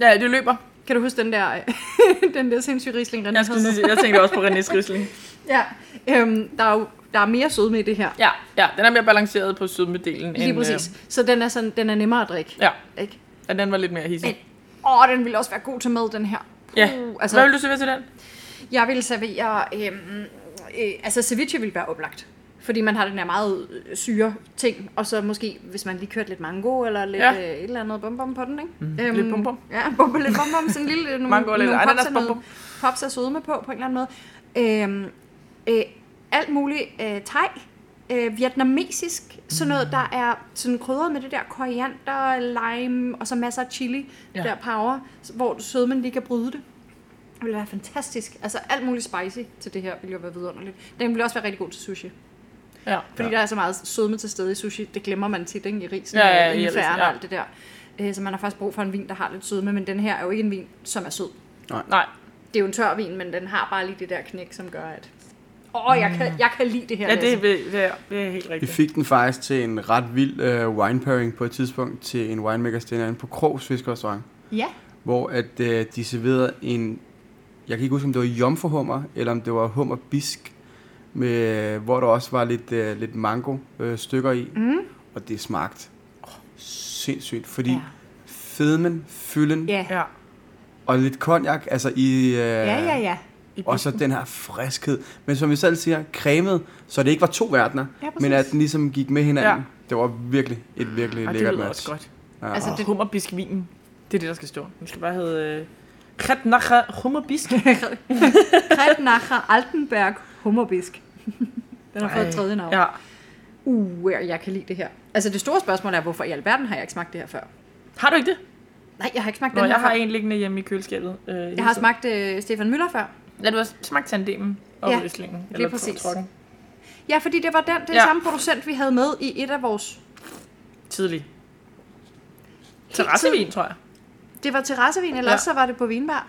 Speaker 2: Ja, det løber.
Speaker 1: kan du huske den der, den der sindssyge risling, den
Speaker 2: Jeg, skulle sige, jeg tænkte også på René's Riesling.
Speaker 1: Ja, øhm, der er jo der er mere sødme i det her.
Speaker 2: Ja, ja, den er mere balanceret på sødmedelen.
Speaker 1: Lige
Speaker 2: end,
Speaker 1: præcis. Så den er, sådan, den er nemmere at drikke.
Speaker 2: Øh, ja,
Speaker 1: Ikke?
Speaker 2: og den var lidt mere
Speaker 1: Men,
Speaker 2: hissig.
Speaker 1: åh, den ville også være god til mad, den her.
Speaker 2: Ja.
Speaker 1: Puh,
Speaker 2: Altså, Hvad vil
Speaker 1: altså,
Speaker 2: du servere til den?
Speaker 1: jeg ville servere... Øhm, øh, altså, ceviche ville være oplagt. Fordi man har den her meget øh, syre ting, og så måske, hvis man lige kørte lidt mango, eller lidt
Speaker 2: Ja.
Speaker 1: ja. øh, et eller andet bum-bum på den, ikke? Mm. Øhm,
Speaker 2: Lidt bum-bum.
Speaker 1: Ja, bum, lidt bum-bum, sådan en lille, nogle,
Speaker 2: Mango og lidt
Speaker 1: nogle pops,
Speaker 2: ananas
Speaker 1: af noget,
Speaker 2: bum-bum.
Speaker 1: pops af sødme på, på en eller anden måde. Øhm, øh, alt muligt øh, thai, øh, vietnamesisk, sådan noget, der er sådan krydret med det der koriander, lime, og så masser af chili,
Speaker 2: Ja.
Speaker 1: ja. der power, hvor sødmen lige kan bryde det. Det ville være fantastisk. Altså alt muligt spicy til det her ville jo være vidunderligt. Den ville også være rigtig god til sushi.
Speaker 2: Ja.
Speaker 1: Fordi ja. der er så meget sødme til stede i sushi. Det glemmer man tit ikke? i risen
Speaker 2: Ja, ja,
Speaker 1: og
Speaker 2: i
Speaker 1: ingefæren
Speaker 2: risen, ja.
Speaker 1: og alt det der. Øh, Så man har faktisk brug for en vin, der har lidt sødme. Men den her er jo ikke en vin, som er sød.
Speaker 2: Nej.
Speaker 1: Det er jo en tør vin, men den har bare lige det der knæk, som gør, at... Åh, oh, jeg, kan, jeg kan lide det altså- her.
Speaker 2: Ja, det,
Speaker 1: Lasse.
Speaker 2: er- det, det, er- det er helt
Speaker 3: Vi
Speaker 2: rigtigt.
Speaker 3: fik den faktisk til en ret vild øh, wine pairing på et tidspunkt til en winemakers dinner inde på Krogs Fiskerestaurant,
Speaker 1: Ja.
Speaker 3: hvor at, øh, de serverede en, jeg kan ikke huske om det var jomfruhummer, eller om det var hummerbisk, med, hvor der også var lidt, øh, lidt mango øh, stykker i, mm. og det smagte sindssygt, fordi
Speaker 1: Ja.
Speaker 3: ja. fedmen, fylden
Speaker 1: Ja.
Speaker 2: Ja.
Speaker 3: og lidt konjak, altså i... Øh,
Speaker 1: Ja, ja, ja.
Speaker 3: og så den her friskhed. Men som vi selv siger, cremet, så det ikke var to verdener,
Speaker 1: Ja, præcis.
Speaker 3: men at den ligesom gik med hinanden.
Speaker 2: Ja.
Speaker 3: Ja. Det var virkelig et virkelig
Speaker 2: Og det
Speaker 3: lækkert
Speaker 2: lyder også
Speaker 3: match.
Speaker 2: godt.
Speaker 3: Ja.
Speaker 1: Altså,
Speaker 3: Altså,
Speaker 2: Og
Speaker 1: det-
Speaker 2: hummerbiskvinen. Det er det, der skal stå. Den skal bare hedde... Øh, Kretnacha hummerbisk.
Speaker 1: Kretnacher Altenberg Hummerbisk. Den har fået et tredje navn. Ja.
Speaker 2: Ja.
Speaker 1: Uh, jeg kan lide det her. Altså, det store spørgsmål er, hvorfor i alverden har jeg ikke smagt det her før?
Speaker 2: Har du ikke det?
Speaker 1: Nej, jeg har ikke smagt
Speaker 2: Nå,
Speaker 1: den her
Speaker 2: jeg har
Speaker 1: før.
Speaker 2: en liggende hjemme i køleskabet. Øh, hele
Speaker 1: Jeg har
Speaker 2: tiden.
Speaker 1: smagt øh, Stefan Møller før.
Speaker 2: Ja, du har smagt tandemen og
Speaker 1: Ja,
Speaker 2: ja, rislingen.
Speaker 1: lige
Speaker 2: Eller
Speaker 1: præcis.
Speaker 2: trokken.
Speaker 1: Ja, fordi det var den,
Speaker 2: Ja.
Speaker 1: den ja. samme producent, vi havde med i et af vores...
Speaker 2: Tidlig. Terrassevin, tror jeg.
Speaker 1: Det var terrassevin,
Speaker 2: Ja.
Speaker 1: eller ja. så var det på vinbar.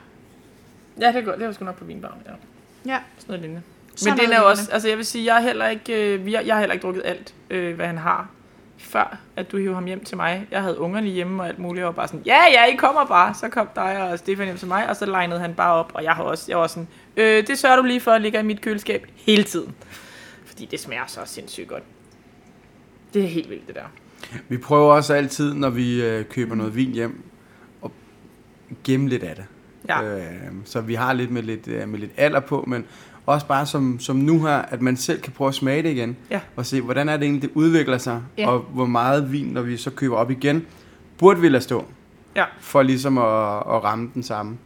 Speaker 2: Ja, det er godt. Det var sgu nok på vinbarn, ja.
Speaker 1: Ja.
Speaker 2: Sådan noget lignende.
Speaker 1: Sådan
Speaker 2: Men den
Speaker 1: noget
Speaker 2: er jo også,
Speaker 1: lignende.
Speaker 2: altså jeg vil sige, jeg har heller ikke, øh, vi har- jeg har heller ikke drukket alt, øh, hvad han har, før at du hiver ham hjem til mig. Jeg havde ungerne hjemme og alt muligt, og var bare sådan, ja, ja, I kommer bare. Så kom dig og Stefan hjem til mig, og så legnede han bare op, og jeg har også, jeg var sådan, øh, det sørger du lige for, at ligger i mit køleskab hele tiden. Fordi det smager så sindssygt godt. Det er helt vildt, det der.
Speaker 3: vi prøver også altid, når vi øh, køber noget vin hjem, at gemme lidt af det.
Speaker 2: Ja.
Speaker 3: Øh, så vi har lidt med lidt, øh, med lidt alder på, men også bare som, som nu her, at man selv kan prøve at smage det igen,
Speaker 2: Ja.
Speaker 3: og se, hvordan er det egentlig, det udvikler sig,
Speaker 1: Ja.
Speaker 3: og hvor meget vin, når vi så køber op igen, burde vi lade stå.
Speaker 2: Ja.
Speaker 3: for ligesom at, at ramme den samme.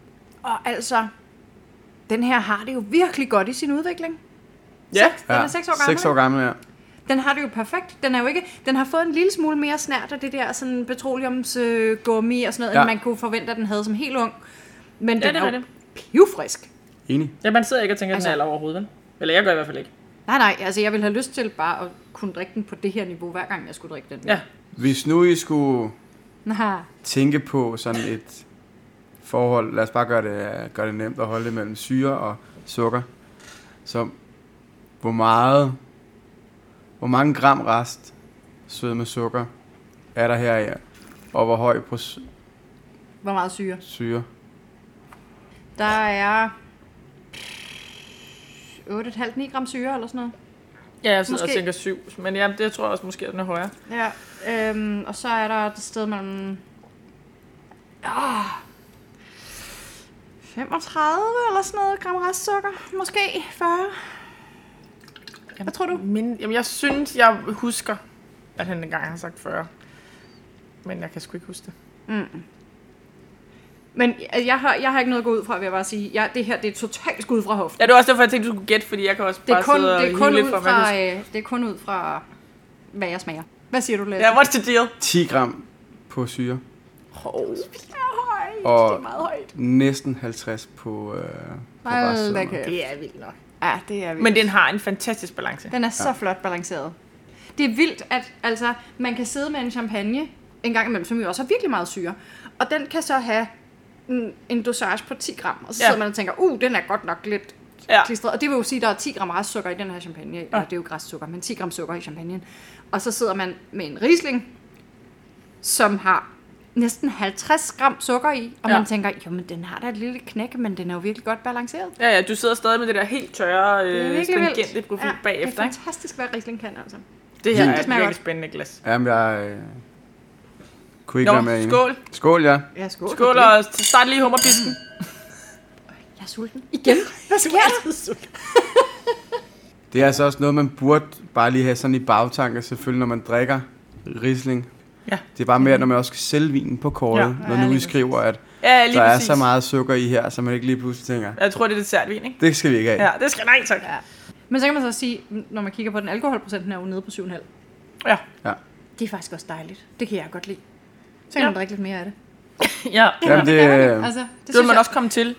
Speaker 1: Og altså, den her har det jo virkelig godt i sin udvikling.
Speaker 2: Ja.
Speaker 1: Den er seks år gammel,
Speaker 3: Seks år gammel, ja.
Speaker 1: Den har det jo perfekt. Den er jo ikke, den har fået en lille smule mere snært af det der sådan petroleumsgummi og sådan noget, ja.
Speaker 3: Ja.
Speaker 1: end man kunne forvente, at den havde som helt ung. Men
Speaker 2: Ja,
Speaker 1: den
Speaker 2: det
Speaker 1: er
Speaker 2: er
Speaker 1: jo
Speaker 2: det.
Speaker 1: pivfrisk.
Speaker 3: Enig.
Speaker 2: Ja, man sidder ikke og tænker, altså,
Speaker 1: Altså-
Speaker 2: den er alder overhovedet. vel? Eller jeg gør i hvert fald ikke.
Speaker 1: Nej, nej, altså jeg ville have lyst til bare at kunne drikke den på det her niveau, hver gang jeg skulle drikke den.
Speaker 2: Ja.
Speaker 3: Hvis nu I skulle
Speaker 1: Nah.
Speaker 3: tænke på sådan et forhold, lad os bare gøre det, gøre det nemt at holde det mellem syre og sukker, så hvor meget, hvor mange gram rest sødme sukker er der her i, og hvor høj på
Speaker 1: Hvor meget syre?
Speaker 3: syre?
Speaker 1: Der er 8,5-9 gram syre eller sådan noget.
Speaker 2: Ja, jeg sidder
Speaker 1: Måske.
Speaker 2: og tænker syv. Men ja, det tror jeg også måske, at den er højere.
Speaker 1: Ja, øhm, og så er der et sted mellem... Ah, 35 eller sådan noget gram restsukker. Måske 40. Hvad tror du?
Speaker 2: Men, jamen, jeg synes, jeg husker, at han engang har sagt 40. Men jeg kan sgu ikke huske det.
Speaker 1: Men altså, jeg har, jeg har ikke noget at gå ud fra, vil jeg bare sige. Jeg, det her det er totalt skud fra hoften.
Speaker 2: Ja, det var også derfor, jeg tænkte, du skulle gætte, fordi jeg kan også
Speaker 1: Det
Speaker 2: bare
Speaker 1: er kun,
Speaker 2: sidde og
Speaker 1: det er kun
Speaker 2: hive lidt
Speaker 1: ud
Speaker 2: for, hvad jeg
Speaker 1: fra,
Speaker 2: husker.
Speaker 1: øh, det er kun ud fra, hvad jeg smager. Hvad siger du, Lasse?
Speaker 2: Ja, what's the deal?
Speaker 3: 10 gram på syre,
Speaker 2: Oh.
Speaker 1: Det er højt.
Speaker 3: Og-
Speaker 1: det er meget højt.
Speaker 3: næsten 50 på, øh, på
Speaker 1: Hold da
Speaker 3: restsødme.
Speaker 1: kæft.
Speaker 2: er vildt nok.
Speaker 1: Ja, det er vildt.
Speaker 2: Men den har en fantastisk balance.
Speaker 1: Den er så flot balanceret. Det er vildt, at altså, man kan sidde med en champagne en gang imellem, som jo også har virkelig meget syre. Og den kan så have en, en dosage på 10 gram. Og så
Speaker 2: Ja.
Speaker 1: sidder man og tænker, uh, den er godt nok lidt
Speaker 2: Ja.
Speaker 1: klistret. Og det vil jo sige, at der er 10 gram restsukker i den her champagne. Ja. Eller det er jo græssukker, men 10 gram sukker i champagnen. Og så sidder man med en risling, som har næsten 50 gram sukker i. Og
Speaker 2: Ja.
Speaker 1: ja. man tænker, jo, men den har da et lille knæk, men den er jo virkelig godt balanceret.
Speaker 2: Ja, ja, du sidder stadig med det der helt tørre, øh, stringente profil ja,
Speaker 1: det
Speaker 2: bagefter.
Speaker 1: er
Speaker 2: Ikke?
Speaker 1: fantastisk, hvad risling kan, altså.
Speaker 2: Det her
Speaker 3: Det
Speaker 2: er et
Speaker 1: smager
Speaker 2: virkelig
Speaker 1: godt.
Speaker 2: spændende glas.
Speaker 3: Jamen, jeg øh, kunne ikke
Speaker 2: Nå,
Speaker 3: være med enig.
Speaker 2: skål.
Speaker 3: Skål, ja.
Speaker 1: Ja, skål. for
Speaker 2: Skål
Speaker 1: det.
Speaker 2: og start lige hummerpisken.
Speaker 1: Jeg er sulten. Igen? Hvad sker der?
Speaker 3: Det er altså også noget, man burde bare lige have sådan i bagtanke, selvfølgelig, når man drikker Riesling.
Speaker 2: Ja.
Speaker 3: Det er bare mere, når man også skal sælge vinen på kortet,
Speaker 2: Ja.
Speaker 3: ja, når
Speaker 1: Ja,
Speaker 3: nu I
Speaker 1: lige
Speaker 3: skriver, at
Speaker 2: Ja, lige
Speaker 3: der er
Speaker 2: præcis.
Speaker 3: så meget sukker i her, så man ikke lige pludselig tænker,
Speaker 2: Jeg tror, det er dessertvin, ikke?
Speaker 3: det skal vi ikke have.
Speaker 2: Ja, det skal nej, tak.
Speaker 1: Ja. Men så kan man så sige, når man kigger på den alkoholprocent, den er jo nede på 7,5.
Speaker 2: Ja.
Speaker 3: Ja.
Speaker 1: Det er faktisk også dejligt. Det kan jeg godt lide. Så kan
Speaker 2: Ja.
Speaker 1: man drikke lidt mere af det.
Speaker 2: ja.
Speaker 3: Jamen, det,
Speaker 1: man.
Speaker 3: øh,
Speaker 1: altså,
Speaker 2: Det
Speaker 1: det
Speaker 2: vil
Speaker 1: synes
Speaker 2: man
Speaker 1: man
Speaker 2: også komme til.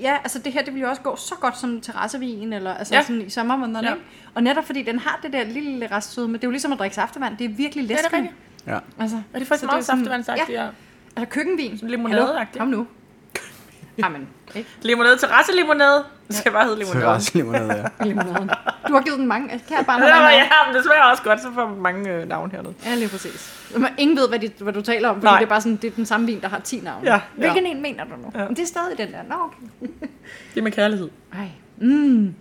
Speaker 1: Ja, altså det her, det ville jo også gå så godt som terrassevin, eller altså
Speaker 2: Ja.
Speaker 1: ja. sådan i sommermånederne,
Speaker 2: Ja.
Speaker 1: ja. ikke? Og netop fordi den har det der lille, lille restsødme, det er jo ligesom at drikke saftevand, det er virkelig
Speaker 2: er
Speaker 1: læskende.
Speaker 2: rigtigt.
Speaker 3: ja.
Speaker 1: Altså,
Speaker 2: Og det er faktisk
Speaker 1: så
Speaker 2: meget
Speaker 1: jo sådan-
Speaker 2: saftevandsagtigt. Ja.
Speaker 1: Ja, altså køkkenvin.
Speaker 2: Sådan limonadeagtigt.
Speaker 1: Hallo, Kom nu. Jamen, ikke?
Speaker 2: Limonade, terrasselimonade. Det skal bare hedde limonade.
Speaker 3: Terrasselimonade, ja.
Speaker 1: Limonaden. Du har givet den mange. Kære barn, har
Speaker 2: Ja,
Speaker 1: mange
Speaker 2: men
Speaker 1: navne.
Speaker 2: ja, men det smager også godt, så får man mange øh, navne hernede.
Speaker 1: Ja, lige præcis. Men ingen ved, hvad, de, hvad du taler om, fordi
Speaker 2: Nej.
Speaker 1: Nej. det er bare sådan, det er den samme vin, der har 10 navne.
Speaker 2: Ja, ja.
Speaker 1: Hvilken en mener du nu?
Speaker 2: Ja.
Speaker 1: Ja. Men det er stadig den der. Nå, okay.
Speaker 2: Det er med kærlighed.
Speaker 1: Ej. Mm.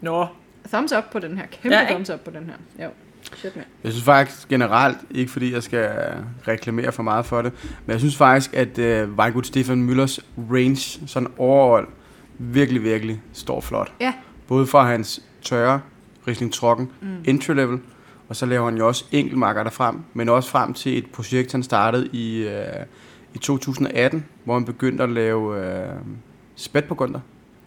Speaker 2: Nå.
Speaker 1: Thumbs up på den her. Kæmpe
Speaker 2: Ja, ikke?
Speaker 1: ja, thumbs up på den her. Jo. Shit, man.
Speaker 3: Jeg synes faktisk generelt, ikke fordi jeg skal reklamere for meget for det, men jeg synes faktisk, at øh, Weingud Stefan Müllers range, sådan overall, virkelig, virkelig står flot.
Speaker 1: Ja.
Speaker 3: Både fra hans tørre Riesling Trocken mm. entry level, og så laver han jo også enkeltmarker derfrem, men også frem til et projekt, han startede i, øh, i 2018, hvor han begyndte at lave øh, spætburgunder,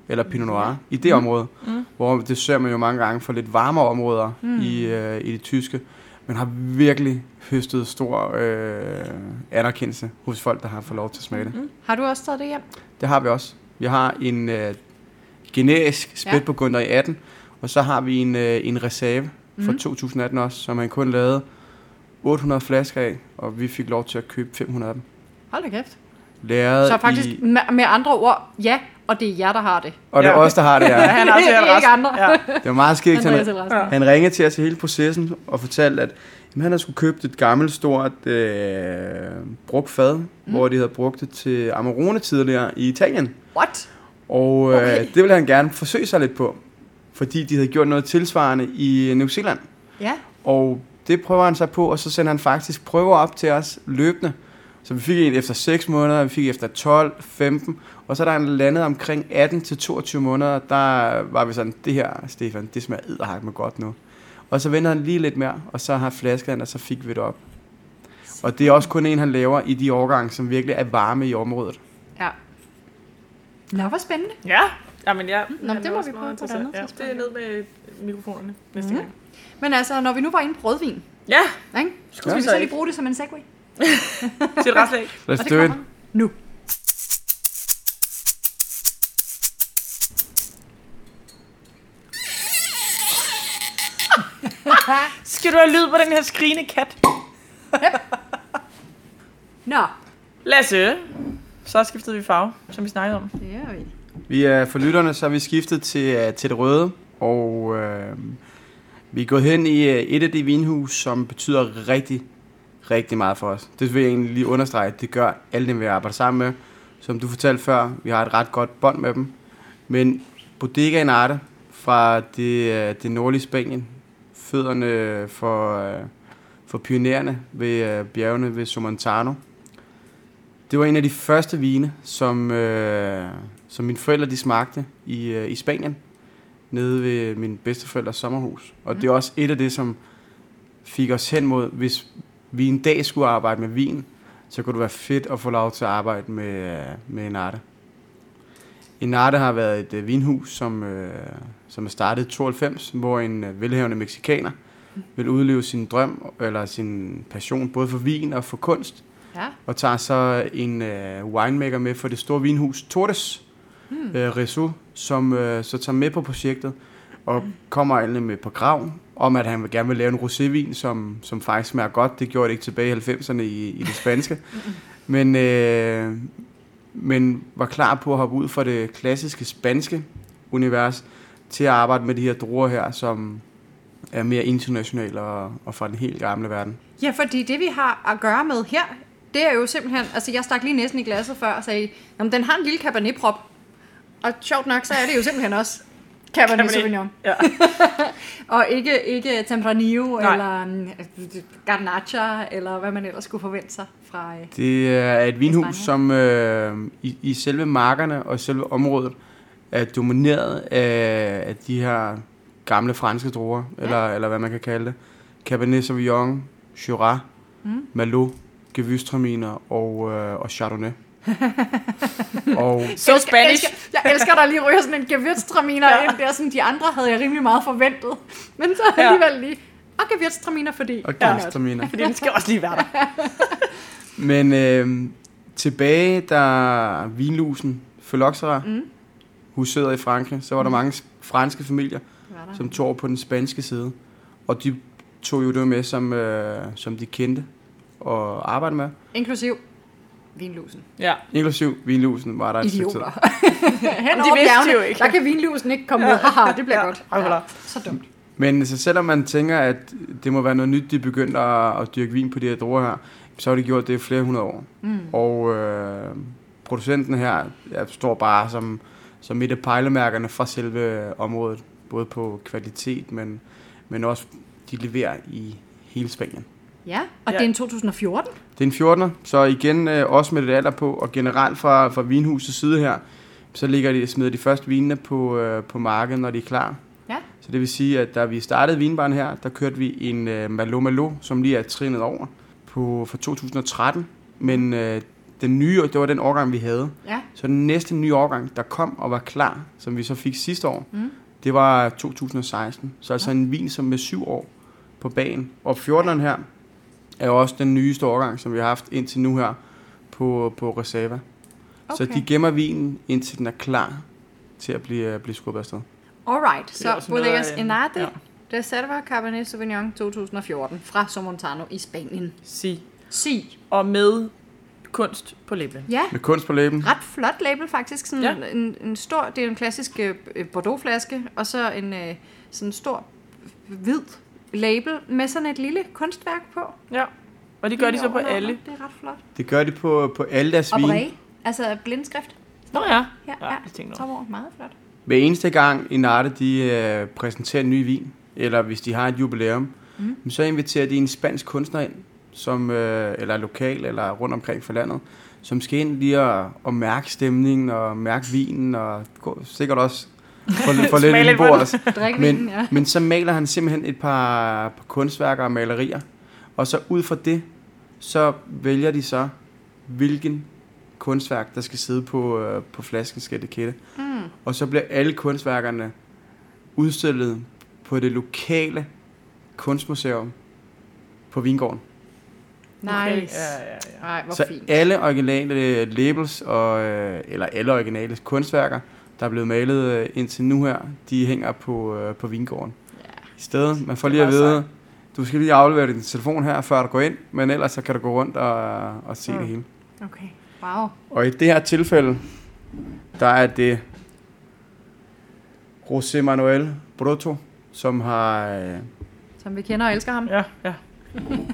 Speaker 3: eller Pinot Noir, i det område, mm. hvor det ser man jo mange gange for lidt varmere områder mm. i, øh, i det tyske, men har virkelig høstet stor øh, anerkendelse hos folk, der har fået lov til at smage det. Mm.
Speaker 1: Har du også taget det hjem?
Speaker 3: Det har vi også. Vi har en øh, generisk spætburgunder ja. i 18, og så har vi en, øh, en reserve fra 2018 også, som han kun lavede 800 flasker af, og vi fik lov til at købe 500 af dem.
Speaker 1: Hold da kæft.
Speaker 3: Læret
Speaker 1: Så faktisk,
Speaker 3: I,
Speaker 1: med, med andre ord, ja, og det er jer, der har det.
Speaker 3: og det er
Speaker 2: Ja.
Speaker 3: os, der har det
Speaker 2: Ja,
Speaker 3: her.
Speaker 2: han har også
Speaker 1: Det er
Speaker 2: hørt
Speaker 1: ikke
Speaker 2: resten.
Speaker 1: andre.
Speaker 2: Ja.
Speaker 3: Det var meget skægt.
Speaker 1: Andreas
Speaker 3: Han,
Speaker 1: Elresten.
Speaker 3: han ringede til os i hele processen og fortalte, at jamen, han havde skulle købt et gammelt, stort øh, brugt fad, mm. hvor de havde brugt det til Amarone tidligere i Italien.
Speaker 1: What?
Speaker 3: Og øh,
Speaker 1: Okay.
Speaker 3: det ville han gerne forsøge sig lidt på, fordi de havde gjort noget tilsvarende i øh, New Zealand.
Speaker 1: Ja.
Speaker 3: Og det prøver han sig på, og så sender han faktisk prøver op til os løbende. Så vi fik en efter 6 måneder, vi fik efter 12, 15, og så er der en landet omkring 18-22 måneder, der var vi sådan, det her, Stefan, det smager edderhak med godt nu. Og så venter han lige lidt mere, og så har flasket han, og så fik vi det op. Og det er også kun en, han laver i de årgange, som virkelig er varme i området.
Speaker 1: Ja. Nå, hvor spændende.
Speaker 2: Ja, Jamen, ja.
Speaker 1: Nå, det må vi prøve på et andet
Speaker 2: ja,
Speaker 1: tidspunkt.
Speaker 2: det er ned med mikrofonerne næste
Speaker 1: Mhm.
Speaker 2: gang.
Speaker 1: Men altså, når vi nu var inde på rødvin,
Speaker 2: Ja,
Speaker 1: ikke? skulle
Speaker 3: Ja.
Speaker 1: vi så lige bruge det som en segway?
Speaker 2: til retslag.
Speaker 3: Lad
Speaker 1: Og
Speaker 3: os
Speaker 1: det
Speaker 3: do it.
Speaker 1: kommer nu.
Speaker 2: Skal du have lyd på den her skrigende kat?
Speaker 1: Nå,
Speaker 2: Lasse, så skiftede vi farve, som vi snakkede om.
Speaker 1: det er vi.
Speaker 3: Vi er for lytterne, så er vi skiftet til, øh, til det røde, og øh, vi er gået hen i øh, et af de vinhus, som betyder rigtig, rigtig meget for os. Det vil jeg egentlig lige understrege, at det gør alle dem, vi arbejder sammen med. Som du fortalte før, vi har et ret godt bånd med dem. Men Bodega en Arte fra det, øh, det nordlige Spanien, fødderne for, øh, for pionererne ved øh, bjergene ved Somontano, det var en af de første vine, som, øh, som mine forældre de smagte i, øh, i Spanien, nede ved min bedsteforældres sommerhus. Og det er også et af det, som fik os hen mod, hvis vi en dag skulle arbejde med vin, så kunne det være fedt at få lov til at arbejde med, øh, med Enarte. Enarte har været et øh, vinhus, som, øh, som er startet i 92, hvor en øh, velhavende meksikaner vil udleve sin drøm eller sin passion både for vin og for kunst
Speaker 1: Ja,
Speaker 3: og tager så en øh, winemaker med for det store vinhus Torres hmm. øh, Reso, som øh, så tager med på projektet og kommer egentlig med på graven om, at han vil gerne vil lave en rosévin, som, som faktisk smager godt. Det gjorde det ikke tilbage i 90'erne i, i det spanske. men, øh, men var klar på at hoppe ud fra det klassiske spanske univers til at arbejde med de her druer her, som er mere internationale og, og fra den helt gamle verden.
Speaker 1: Ja, fordi det vi har at gøre med her, det er jo simpelthen, altså jeg stak lige næsten i glasset før og sagde, jamen den har en lille cabernetprop. Og sjovt nok, så er det jo simpelthen også Cabernet,
Speaker 2: Cabernet.
Speaker 1: Cabernet. Sauvignon.
Speaker 2: Ja.
Speaker 1: Og ikke, ikke Tempranillo
Speaker 2: Nej.
Speaker 1: Nej. eller mm, Garnacha, eller hvad man ellers skulle forvente sig fra... Øh.
Speaker 3: Det er et vinhus,
Speaker 1: Spanien.
Speaker 3: som øh, i, i selve markerne og selve området er domineret af, af de her gamle franske druer, ja.
Speaker 1: Ja.
Speaker 3: eller, eller hvad man kan kalde det. Cabernet Sauvignon, Syrah, mm. Merlot, Gewürztraminer og, øh, og Chardonnay. og
Speaker 2: So Spanish.
Speaker 1: elsker- Elsker, jeg elsker, der lige ryger sådan en gewürztraminer ja. ind der. Sådan, de andre havde jeg rimelig meget forventet. Men så
Speaker 2: Ja.
Speaker 1: alligevel lige... Og gewürztraminer, fordi...
Speaker 3: og
Speaker 1: Ja.
Speaker 3: Gewürztraminer.
Speaker 2: Fordi den skal også lige være der.
Speaker 3: Men øh, tilbage, da vinlusen Phylloxera mm. huserede i Frankrig, så var der mange s- franske familier,
Speaker 1: Var der?
Speaker 3: som tog over på den spanske side. Og de tog jo det med, som, øh, som de kendte og arbejdede med.
Speaker 1: Inklusiv vinlusen.
Speaker 2: Ja.
Speaker 3: Inklusiv vinlusen var der et stykke tid.
Speaker 1: Idioter.
Speaker 2: Men
Speaker 1: Hen
Speaker 2: de
Speaker 1: over
Speaker 2: vidste
Speaker 1: bjergene,
Speaker 2: jo ikke.
Speaker 1: der kan vinlusen ikke komme ud. Haha, det bliver
Speaker 2: Ja.
Speaker 1: godt.
Speaker 2: Ej, hvor der.
Speaker 1: Så dumt.
Speaker 3: Men øh, så selvom man tænker, at det må være noget nyt, de begyndte at, at dyrke vin på de her druer her, så har de gjort det i flere hundrede år. Mm. Og øh, producenten her ja, står bare som, som et af pejlemærkerne fra selve området. Både på kvalitet, men, men også de leverer i hele Spanien.
Speaker 1: Ja, og
Speaker 2: Ja.
Speaker 1: ja. det er en 2014.
Speaker 3: Det er en 14'er, så igen øh, også med lidt alder på, og generelt fra, fra vinhusets side her, så ligger de, smider de første vinene på, øh, på markedet, når de er klar.
Speaker 1: Ja.
Speaker 3: Så det vil sige, at da vi startede vinbaren her, der kørte vi en øh, Malo Malo, som lige er trinet over, på, fra 2013. Men øh, den nye, det var den årgang, vi havde.
Speaker 1: Ja.
Speaker 3: Så den næste nye årgang, der kom og var klar, som vi så fik sidste år, mm. det var 2016. Så altså en vin, som med syv år på banen. Og 14'eren her er jo også den nyeste årgang, som vi har haft indtil nu her på, på Reserva. Okay. Så
Speaker 1: Okay.
Speaker 3: de gemmer vinen, indtil den er klar til at blive, øh, blive skubbet afsted.
Speaker 1: Alright,
Speaker 2: Det er
Speaker 1: så
Speaker 2: også noget
Speaker 1: Bodegas
Speaker 2: af en-
Speaker 1: Enate,
Speaker 2: ja.
Speaker 1: ja. Reserva Cabernet Sauvignon 2014 fra Somontano i Spanien.
Speaker 2: Sig.
Speaker 1: Sig.
Speaker 2: Og med kunst på læben.
Speaker 1: Ja,
Speaker 3: Med kunst på læben.
Speaker 1: ret flot label faktisk. Sådan
Speaker 2: Ja.
Speaker 1: ja. en, en stor, det er en klassisk øh, Bordeaux-flaske, og så en øh, sådan en stor hvid label med sådan et lille kunstværk på.
Speaker 2: Ja. Og det gør de så på
Speaker 1: Herovre.
Speaker 2: alle.
Speaker 1: Det er ret flot.
Speaker 3: Det gør de på, på alle deres
Speaker 1: Og
Speaker 3: vin.
Speaker 1: bræge. Altså blindskrift.
Speaker 2: Nå ja.
Speaker 1: Ja,
Speaker 2: Ja,
Speaker 1: ja.
Speaker 2: jeg tænkte
Speaker 1: Tom over. Meget flot.
Speaker 3: Hver eneste gang Inarte de, øh, præsenterer en ny vin, eller hvis de har et jubilæum, mm. så inviterer de en spansk kunstner ind, som, øh, eller lokal, eller rundt omkring for landet, som skal ind lige og, og mærke stemningen, og mærke vinen, og gå- sikkert også få, lidt- få lidt
Speaker 2: Smage lidt på den.
Speaker 3: indenbords.
Speaker 1: Drikke
Speaker 3: Men,
Speaker 1: vinen, ja.
Speaker 3: men så maler han simpelthen et par, par kunstværker og malerier. Og så ud fra det, så vælger de så, hvilken kunstværk, der skal sidde på, øh, på flaskens etikette. Mm. Og så bliver alle kunstværkerne udstillet på det lokale kunstmuseum på Vingården.
Speaker 2: Okay,
Speaker 1: Nice.
Speaker 2: Ja, ja, ja.
Speaker 1: Nej, hvor
Speaker 3: så
Speaker 1: fint.
Speaker 3: alle originale labels, og, øh, eller alle originale kunstværker, der er blevet malet øh, indtil nu her, de hænger på, øh, på Vingården.
Speaker 1: Ja.
Speaker 3: I stedet, man får
Speaker 2: Det er
Speaker 3: lige at
Speaker 2: meget
Speaker 3: vide, du skal lige aflevere din telefon her, før du går ind, men ellers så kan du gå rundt og, og se
Speaker 2: Mm.
Speaker 3: mm. det hele.
Speaker 2: Okay.
Speaker 1: Wow.
Speaker 3: Og i det her tilfælde, der er det José Manuel Brotto, som har øh,
Speaker 1: Som vi kender og elsker ham.
Speaker 2: Ja, ja.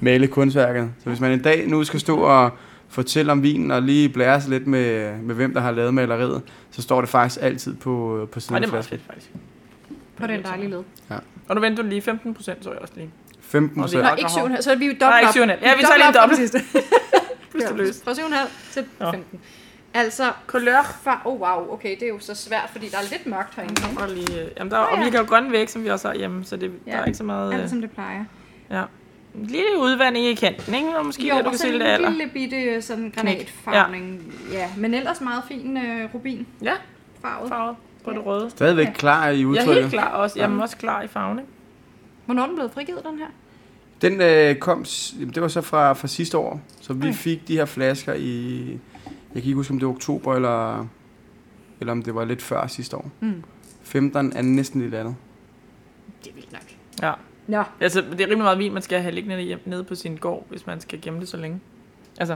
Speaker 3: malet kunstværket. Så hvis man en dag nu skal stå og fortælle om vinen og lige blære sig lidt med, med hvem der har lavet maleriet, så står det faktisk altid på, øh, på
Speaker 2: Ej,
Speaker 3: siden
Speaker 2: det
Speaker 3: af
Speaker 2: er meget
Speaker 3: flasken.
Speaker 2: fedt, faktisk.
Speaker 1: På den dejlige led.
Speaker 2: Og nu venter du lige 15 procent, så jeg også lige.
Speaker 3: 15
Speaker 2: Og det er
Speaker 3: procent.
Speaker 1: Nå,
Speaker 2: Alkohol.
Speaker 1: ikke 7,5. Så er vi jo
Speaker 2: Nej,
Speaker 1: dobbelt
Speaker 2: ikke
Speaker 1: op.
Speaker 2: 7,5. Ja, vi tager lige en
Speaker 1: op på
Speaker 2: dobbelt.
Speaker 1: sidste.
Speaker 2: Pludselig løs.
Speaker 1: Fra 7,5 til
Speaker 2: Nå.
Speaker 1: 15. Altså,
Speaker 2: Couleur.
Speaker 1: far, oh wow, okay, det er jo så svært, fordi der er lidt mørkt herinde. ikke?
Speaker 2: Og, lige, øh, jamen der,
Speaker 1: Nå,
Speaker 2: og
Speaker 1: ja.
Speaker 2: vi kan jo grønne væk, som vi også har hjemme, så det,
Speaker 1: Ja.
Speaker 2: der er ikke så meget...
Speaker 1: Alt
Speaker 2: Øh,
Speaker 1: som det plejer.
Speaker 2: lille udvanding i kanten, ikke? Og måske jo,
Speaker 1: Jo,
Speaker 2: du
Speaker 1: og
Speaker 2: kan
Speaker 1: så
Speaker 2: se
Speaker 1: en
Speaker 2: lidt alder.
Speaker 1: lille bitte øh, sådan granatfarvning. Ja. ja. men ellers meget fin øh, rubin
Speaker 2: Ja,
Speaker 1: farvet.
Speaker 2: farvet på det røde.
Speaker 3: Stadigvæk
Speaker 1: Ja.
Speaker 3: klar i
Speaker 2: Jeg er helt
Speaker 3: udtrykket.
Speaker 2: klar også. Jamen også klar i farven, ikke?
Speaker 1: Hvornår er den blevet frigivet, den her?
Speaker 3: Den øh, kom, s- jamen, det var så fra, fra sidste år, så vi
Speaker 1: Okay.
Speaker 3: fik de her flasker i, jeg kan ikke huske om det var oktober, eller, eller om det var lidt før sidste år.
Speaker 1: Mm.
Speaker 3: 15 er næsten lidt andet.
Speaker 1: Det er vildt nok.
Speaker 2: Ja.
Speaker 1: Nå,
Speaker 2: Altså, det er rimelig meget vin, man skal have liggende hjem, nede på sin gård, hvis man skal gemme det så længe. Altså,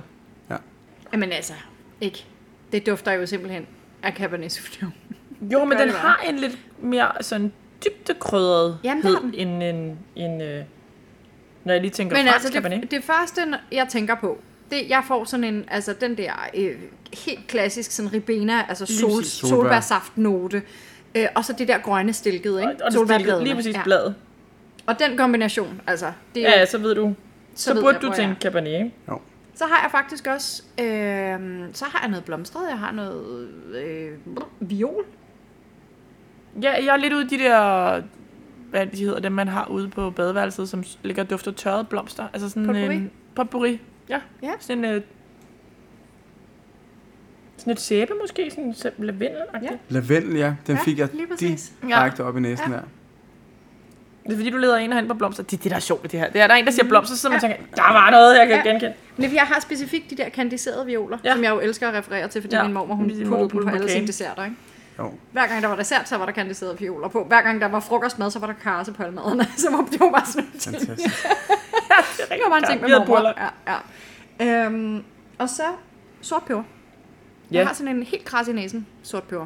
Speaker 1: jamen altså, ikke. Det dufter jo simpelthen af Cabernet Sauvignon.
Speaker 2: jo, men
Speaker 1: gør
Speaker 2: den
Speaker 1: det
Speaker 2: har en lidt mere sådan dybdekrydret
Speaker 1: Jamen, det har den.
Speaker 2: end en, en øh, når jeg lige tænker
Speaker 1: Men
Speaker 2: fransk
Speaker 1: altså,
Speaker 2: Cabernet.
Speaker 1: det, det første, n- jeg tænker på, det, jeg får sådan en, altså den der øh, helt klassisk sådan ribena, altså sol,
Speaker 3: præcis.
Speaker 1: solbærsaftnote, øh, og så det der grønne stilkede, ikke?
Speaker 2: Og, og det
Speaker 1: Solbærbladene,
Speaker 2: stilkede, lige præcis
Speaker 1: ja.
Speaker 2: bladet.
Speaker 1: Og den kombination, altså, det er
Speaker 2: Ja, ja, så ved du. Så,
Speaker 1: ved
Speaker 2: burde
Speaker 1: jeg,
Speaker 2: du
Speaker 1: hvor
Speaker 2: tænke Cabernet, ikke?
Speaker 1: Så har jeg faktisk også, øh, så har jeg noget blomstret, jeg har noget øh, viol.
Speaker 2: Ja, jeg er lidt ude i de der, hvad de hedder, dem man har ude på badeværelset, som s- ligger og dufter tørrede blomster. Altså sådan
Speaker 1: Potpourri?
Speaker 2: en... Potpourri. Ja.
Speaker 1: Ja.
Speaker 2: Sådan en... Øh, sådan et sæbe måske, sådan sæ- lavendel ja.
Speaker 1: Ja.
Speaker 3: Lavendel, ja. Den
Speaker 1: Ja,
Speaker 3: fik jeg
Speaker 1: lige præcis.
Speaker 3: direkte op i næsen
Speaker 1: Ja.
Speaker 3: der.
Speaker 2: Det er fordi, du leder en og hen på blomster. Det, det der er sjovt ved det her. Det er, der er en, der siger blomster, så man tænker, der var noget, jeg kan
Speaker 1: Mm. Ja.
Speaker 2: genkende.
Speaker 1: Men jeg har specifikt de der kandiserede violer,
Speaker 2: Ja.
Speaker 1: ja. som jeg jo elsker at referere til, fordi
Speaker 2: Ja.
Speaker 1: ja. min mormor hun
Speaker 2: Min
Speaker 1: puttede
Speaker 2: mormor
Speaker 1: dem på
Speaker 2: puttede
Speaker 1: alle
Speaker 2: på kagen.
Speaker 1: sine desserter, ikke?
Speaker 3: Jo.
Speaker 1: Hver gang der var dessert, så var der kandiserede violer på. Hver gang der var frokostmad, så var der karse på almaderne. Så var det jo bare sådan nogle ting.
Speaker 3: Fantastisk.
Speaker 2: Det
Speaker 1: Det var bare en ting
Speaker 2: Vi
Speaker 1: med
Speaker 2: havde
Speaker 1: mormor.
Speaker 2: boller.
Speaker 1: Ja, ja. Øhm, og så sort peber. Ja.
Speaker 2: Ja.
Speaker 1: Jeg har sådan en helt kras i næsen, sort peber.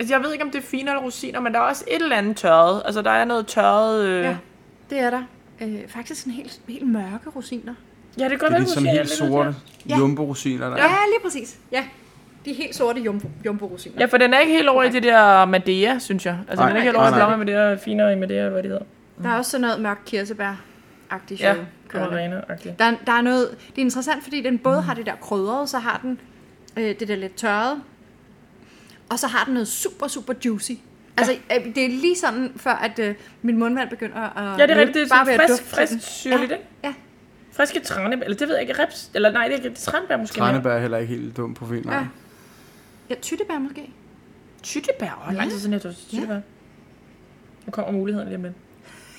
Speaker 2: Altså, jeg ved ikke, om det er fine eller rosiner, men der er også et eller andet tørret. Altså, der er noget tørret... Øh... Ja.
Speaker 1: Ja. Det er der. Øh, faktisk sådan helt, helt mørke rosiner.
Speaker 2: ja, det kan godt
Speaker 3: Det er
Speaker 2: være,
Speaker 3: de
Speaker 2: du
Speaker 3: sådan
Speaker 2: siger,
Speaker 3: helt
Speaker 2: jeg er lidt ude i det
Speaker 3: sorte
Speaker 1: Ja.
Speaker 3: jumbo-rosiner der.
Speaker 1: Ja, lige præcis. Ja. De helt sorte jumbo, jumbo-rosiner.
Speaker 2: Ja, for den er ikke helt over i det der Madea, synes jeg. Altså,
Speaker 3: Nej.
Speaker 2: den er ikke helt
Speaker 1: Nej,
Speaker 2: over i
Speaker 3: nej,
Speaker 2: blommer med det der finere i Madea, eller hvad det hedder.
Speaker 1: Der er også sådan noget mørkt kirsebær-agtigt
Speaker 2: Ja,
Speaker 1: show kørende.
Speaker 2: Corona-agtigt.
Speaker 1: Der, er- der er noget, det er interessant, fordi den både har det der krydrede, så har den øh, det der lidt tørrede, og så har den noget super, super juicy. Altså, øh, det er lige sådan, før at øh, min mundvand begynder at...
Speaker 2: Ja, det er rigtigt. Det er
Speaker 1: bare
Speaker 2: sådan
Speaker 1: ved
Speaker 2: frisk,
Speaker 1: at dufte til den.
Speaker 2: frisk syrligt, ikke?
Speaker 1: Ja.
Speaker 2: Friske tranebær, eller det ved jeg ikke, reps, eller nej, det er ikke, det er tranebær måske.
Speaker 3: Tranebær er heller ikke helt dum profil, nej.
Speaker 1: Ja. Ja, tyttebær måske.
Speaker 2: mere. Tyttebær, åh, lang tid siden jeg dufter tyttebær. Nu kommer muligheden lige om lidt.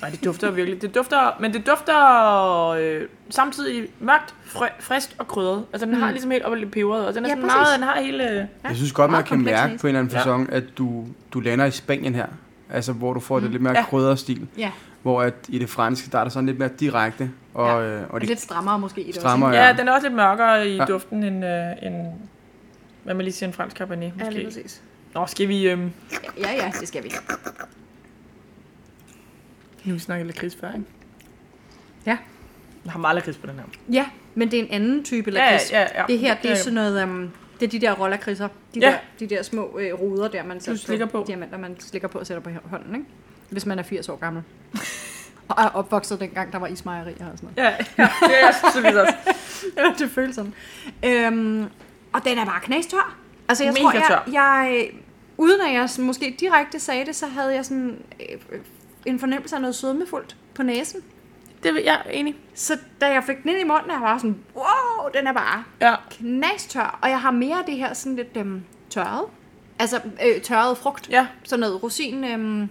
Speaker 2: Nej, det dufter virkelig. Det dufter, men det dufter øh, samtidig mørkt, frø, frisk og krydret. Altså, den har ligesom helt op i peberet, og den er
Speaker 1: Ja,
Speaker 2: sådan
Speaker 1: præcis.
Speaker 2: meget, den har øh, hele...
Speaker 3: Jeg synes godt, man
Speaker 1: Meget
Speaker 3: kan
Speaker 1: kompleks
Speaker 3: mærke
Speaker 1: næse.
Speaker 3: på en eller anden
Speaker 2: Ja.
Speaker 3: fasong, at du, du lander i Spanien her. Altså, hvor du får det lidt mere
Speaker 2: Ja.
Speaker 3: krydret stil.
Speaker 1: Mm. Ja,
Speaker 3: Hvor at i det franske, der er der sådan lidt mere direkte. Og,
Speaker 1: Ja.
Speaker 3: ja. og
Speaker 1: og
Speaker 3: det
Speaker 1: lidt strammere måske. i det også,
Speaker 3: strammer
Speaker 2: Ja, ja den er også lidt mørkere i ja.
Speaker 3: Ja.
Speaker 2: duften end, øh, end, hvad man lige siger, en fransk cabernet,
Speaker 1: ikke? Ja, lige
Speaker 2: måske.
Speaker 1: præcis.
Speaker 2: Nå, skal vi... Øh,
Speaker 1: Ja, ja, det skal vi.
Speaker 2: nu snakker lidt kris før, ikke?
Speaker 1: Ja.
Speaker 2: Jeg har meget lakrids på den her.
Speaker 1: Ja, men det er en anden type lakrids.
Speaker 2: ja, ja.
Speaker 1: Det her, det er
Speaker 2: Ja,
Speaker 1: sådan noget... Um, det er de der rollerkridser. De,
Speaker 2: Ja.
Speaker 1: der, de der små øh, ruder, der man sætter
Speaker 2: slikker på.
Speaker 1: Diamanter, man slikker på og sætter på hånden, ikke? Hvis man er 80 år gammel. og er opvokset dengang, der var ismejerier og sådan
Speaker 2: Ja, ja, det er jeg selvfølgelig også.
Speaker 1: noget. det føles sådan. Øhm, og den er bare knastør. Altså, jeg
Speaker 2: Mega
Speaker 1: tror, jeg,
Speaker 2: tør.
Speaker 1: jeg... øh, Uden at jeg sådan måske direkte sagde det, så havde jeg sådan øh, øh, en fornemmelse af noget sødmefuldt på næsen.
Speaker 2: det er jeg er enig.
Speaker 1: Så da jeg fik den ind i munden, jeg var sådan, wow, den er bare
Speaker 2: Ja.
Speaker 1: knastør. Og jeg har mere af det her sådan lidt øhm, tørret. Altså øh, tørret frugt.
Speaker 2: Ja.
Speaker 1: Sådan noget rosin. Øhm,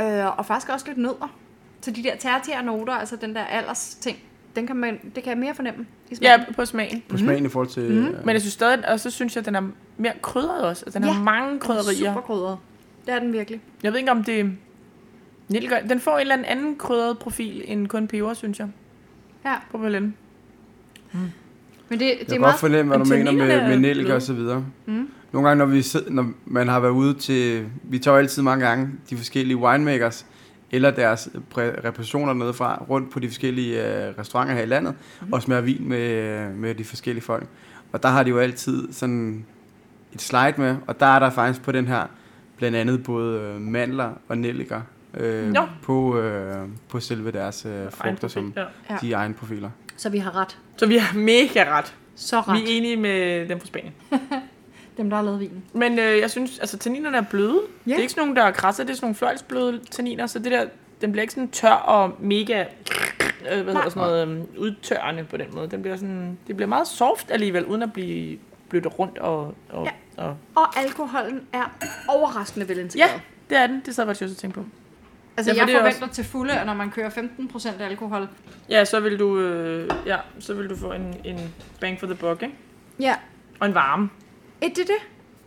Speaker 1: øh, og faktisk også lidt nødder. Så de der tertiære noter, altså den der alders ting, den kan man, det kan jeg mere fornemme. I smagen.
Speaker 2: ja, på smagen.
Speaker 3: på smagen i forhold til...
Speaker 1: Mhm.
Speaker 3: øh,
Speaker 2: Men jeg synes stadig, og så synes jeg, at den er mere krydret også. Altså, den
Speaker 1: Ja.
Speaker 2: har mange krydderier.
Speaker 1: Super krydret. Det er den virkelig.
Speaker 2: Jeg ved ikke, om det Nilgø- Den får en eller anden anden krydret profil end kun peber, synes jeg.
Speaker 1: Ja.
Speaker 2: På Berlin.
Speaker 1: Men det, det
Speaker 3: Jeg
Speaker 1: er
Speaker 3: kan godt
Speaker 1: meget...
Speaker 3: fornemme, hvad du
Speaker 2: Men
Speaker 3: mener med,
Speaker 2: tanninerne
Speaker 3: med
Speaker 2: er
Speaker 3: nælke
Speaker 2: bløde.
Speaker 3: og så videre. Mm. Nogle gange, når, vi sid, når man har været ude til... Vi tager jo altid mange gange de forskellige winemakers eller deres øh, præ- repræsentationer dernede fra, rundt på de forskellige øh, restauranter her i landet, mm. og smager vin med, øh, med de forskellige folk. Og der har de jo altid sådan et slide med, og der er der faktisk på den her blandt andet både øh, mandler og nælliker øh,
Speaker 2: Nå.
Speaker 3: på, øh, på selve deres øh, frugter, som
Speaker 2: Ja.
Speaker 1: Ja.
Speaker 3: de egne profiler.
Speaker 1: Så vi har ret.
Speaker 2: Så vi har mega ret.
Speaker 1: Så
Speaker 2: ret. Vi
Speaker 1: ret.
Speaker 2: er enige med dem fra Spanien.
Speaker 1: Dem, der har lavet vinen.
Speaker 2: Men øh, jeg synes, altså tanninerne er bløde.
Speaker 1: Ja.
Speaker 2: Det er ikke sådan nogle, der er krasse, det er sådan nogle fløjlsbløde tanniner, så det der, den bliver ikke sådan tør og mega øh, hvad hedder sådan noget, øh, udtørrende på den måde. Den bliver sådan, det bliver meget soft alligevel, uden at blive blødt rundt og, og, ja. og
Speaker 1: Og alkoholen er overraskende velintegreret.
Speaker 2: ja, det er den. Det sad jeg faktisk også og tænkte på.
Speaker 1: Altså,
Speaker 2: Ja, for
Speaker 1: jeg
Speaker 2: det er
Speaker 1: forventer også... til fulde, at når man kører 15% alkohol...
Speaker 2: Ja, så vil du, øh, ja, så vil du få en, en bang for the buck, ikke?
Speaker 1: Ja,
Speaker 2: Og en varme.
Speaker 1: er det det?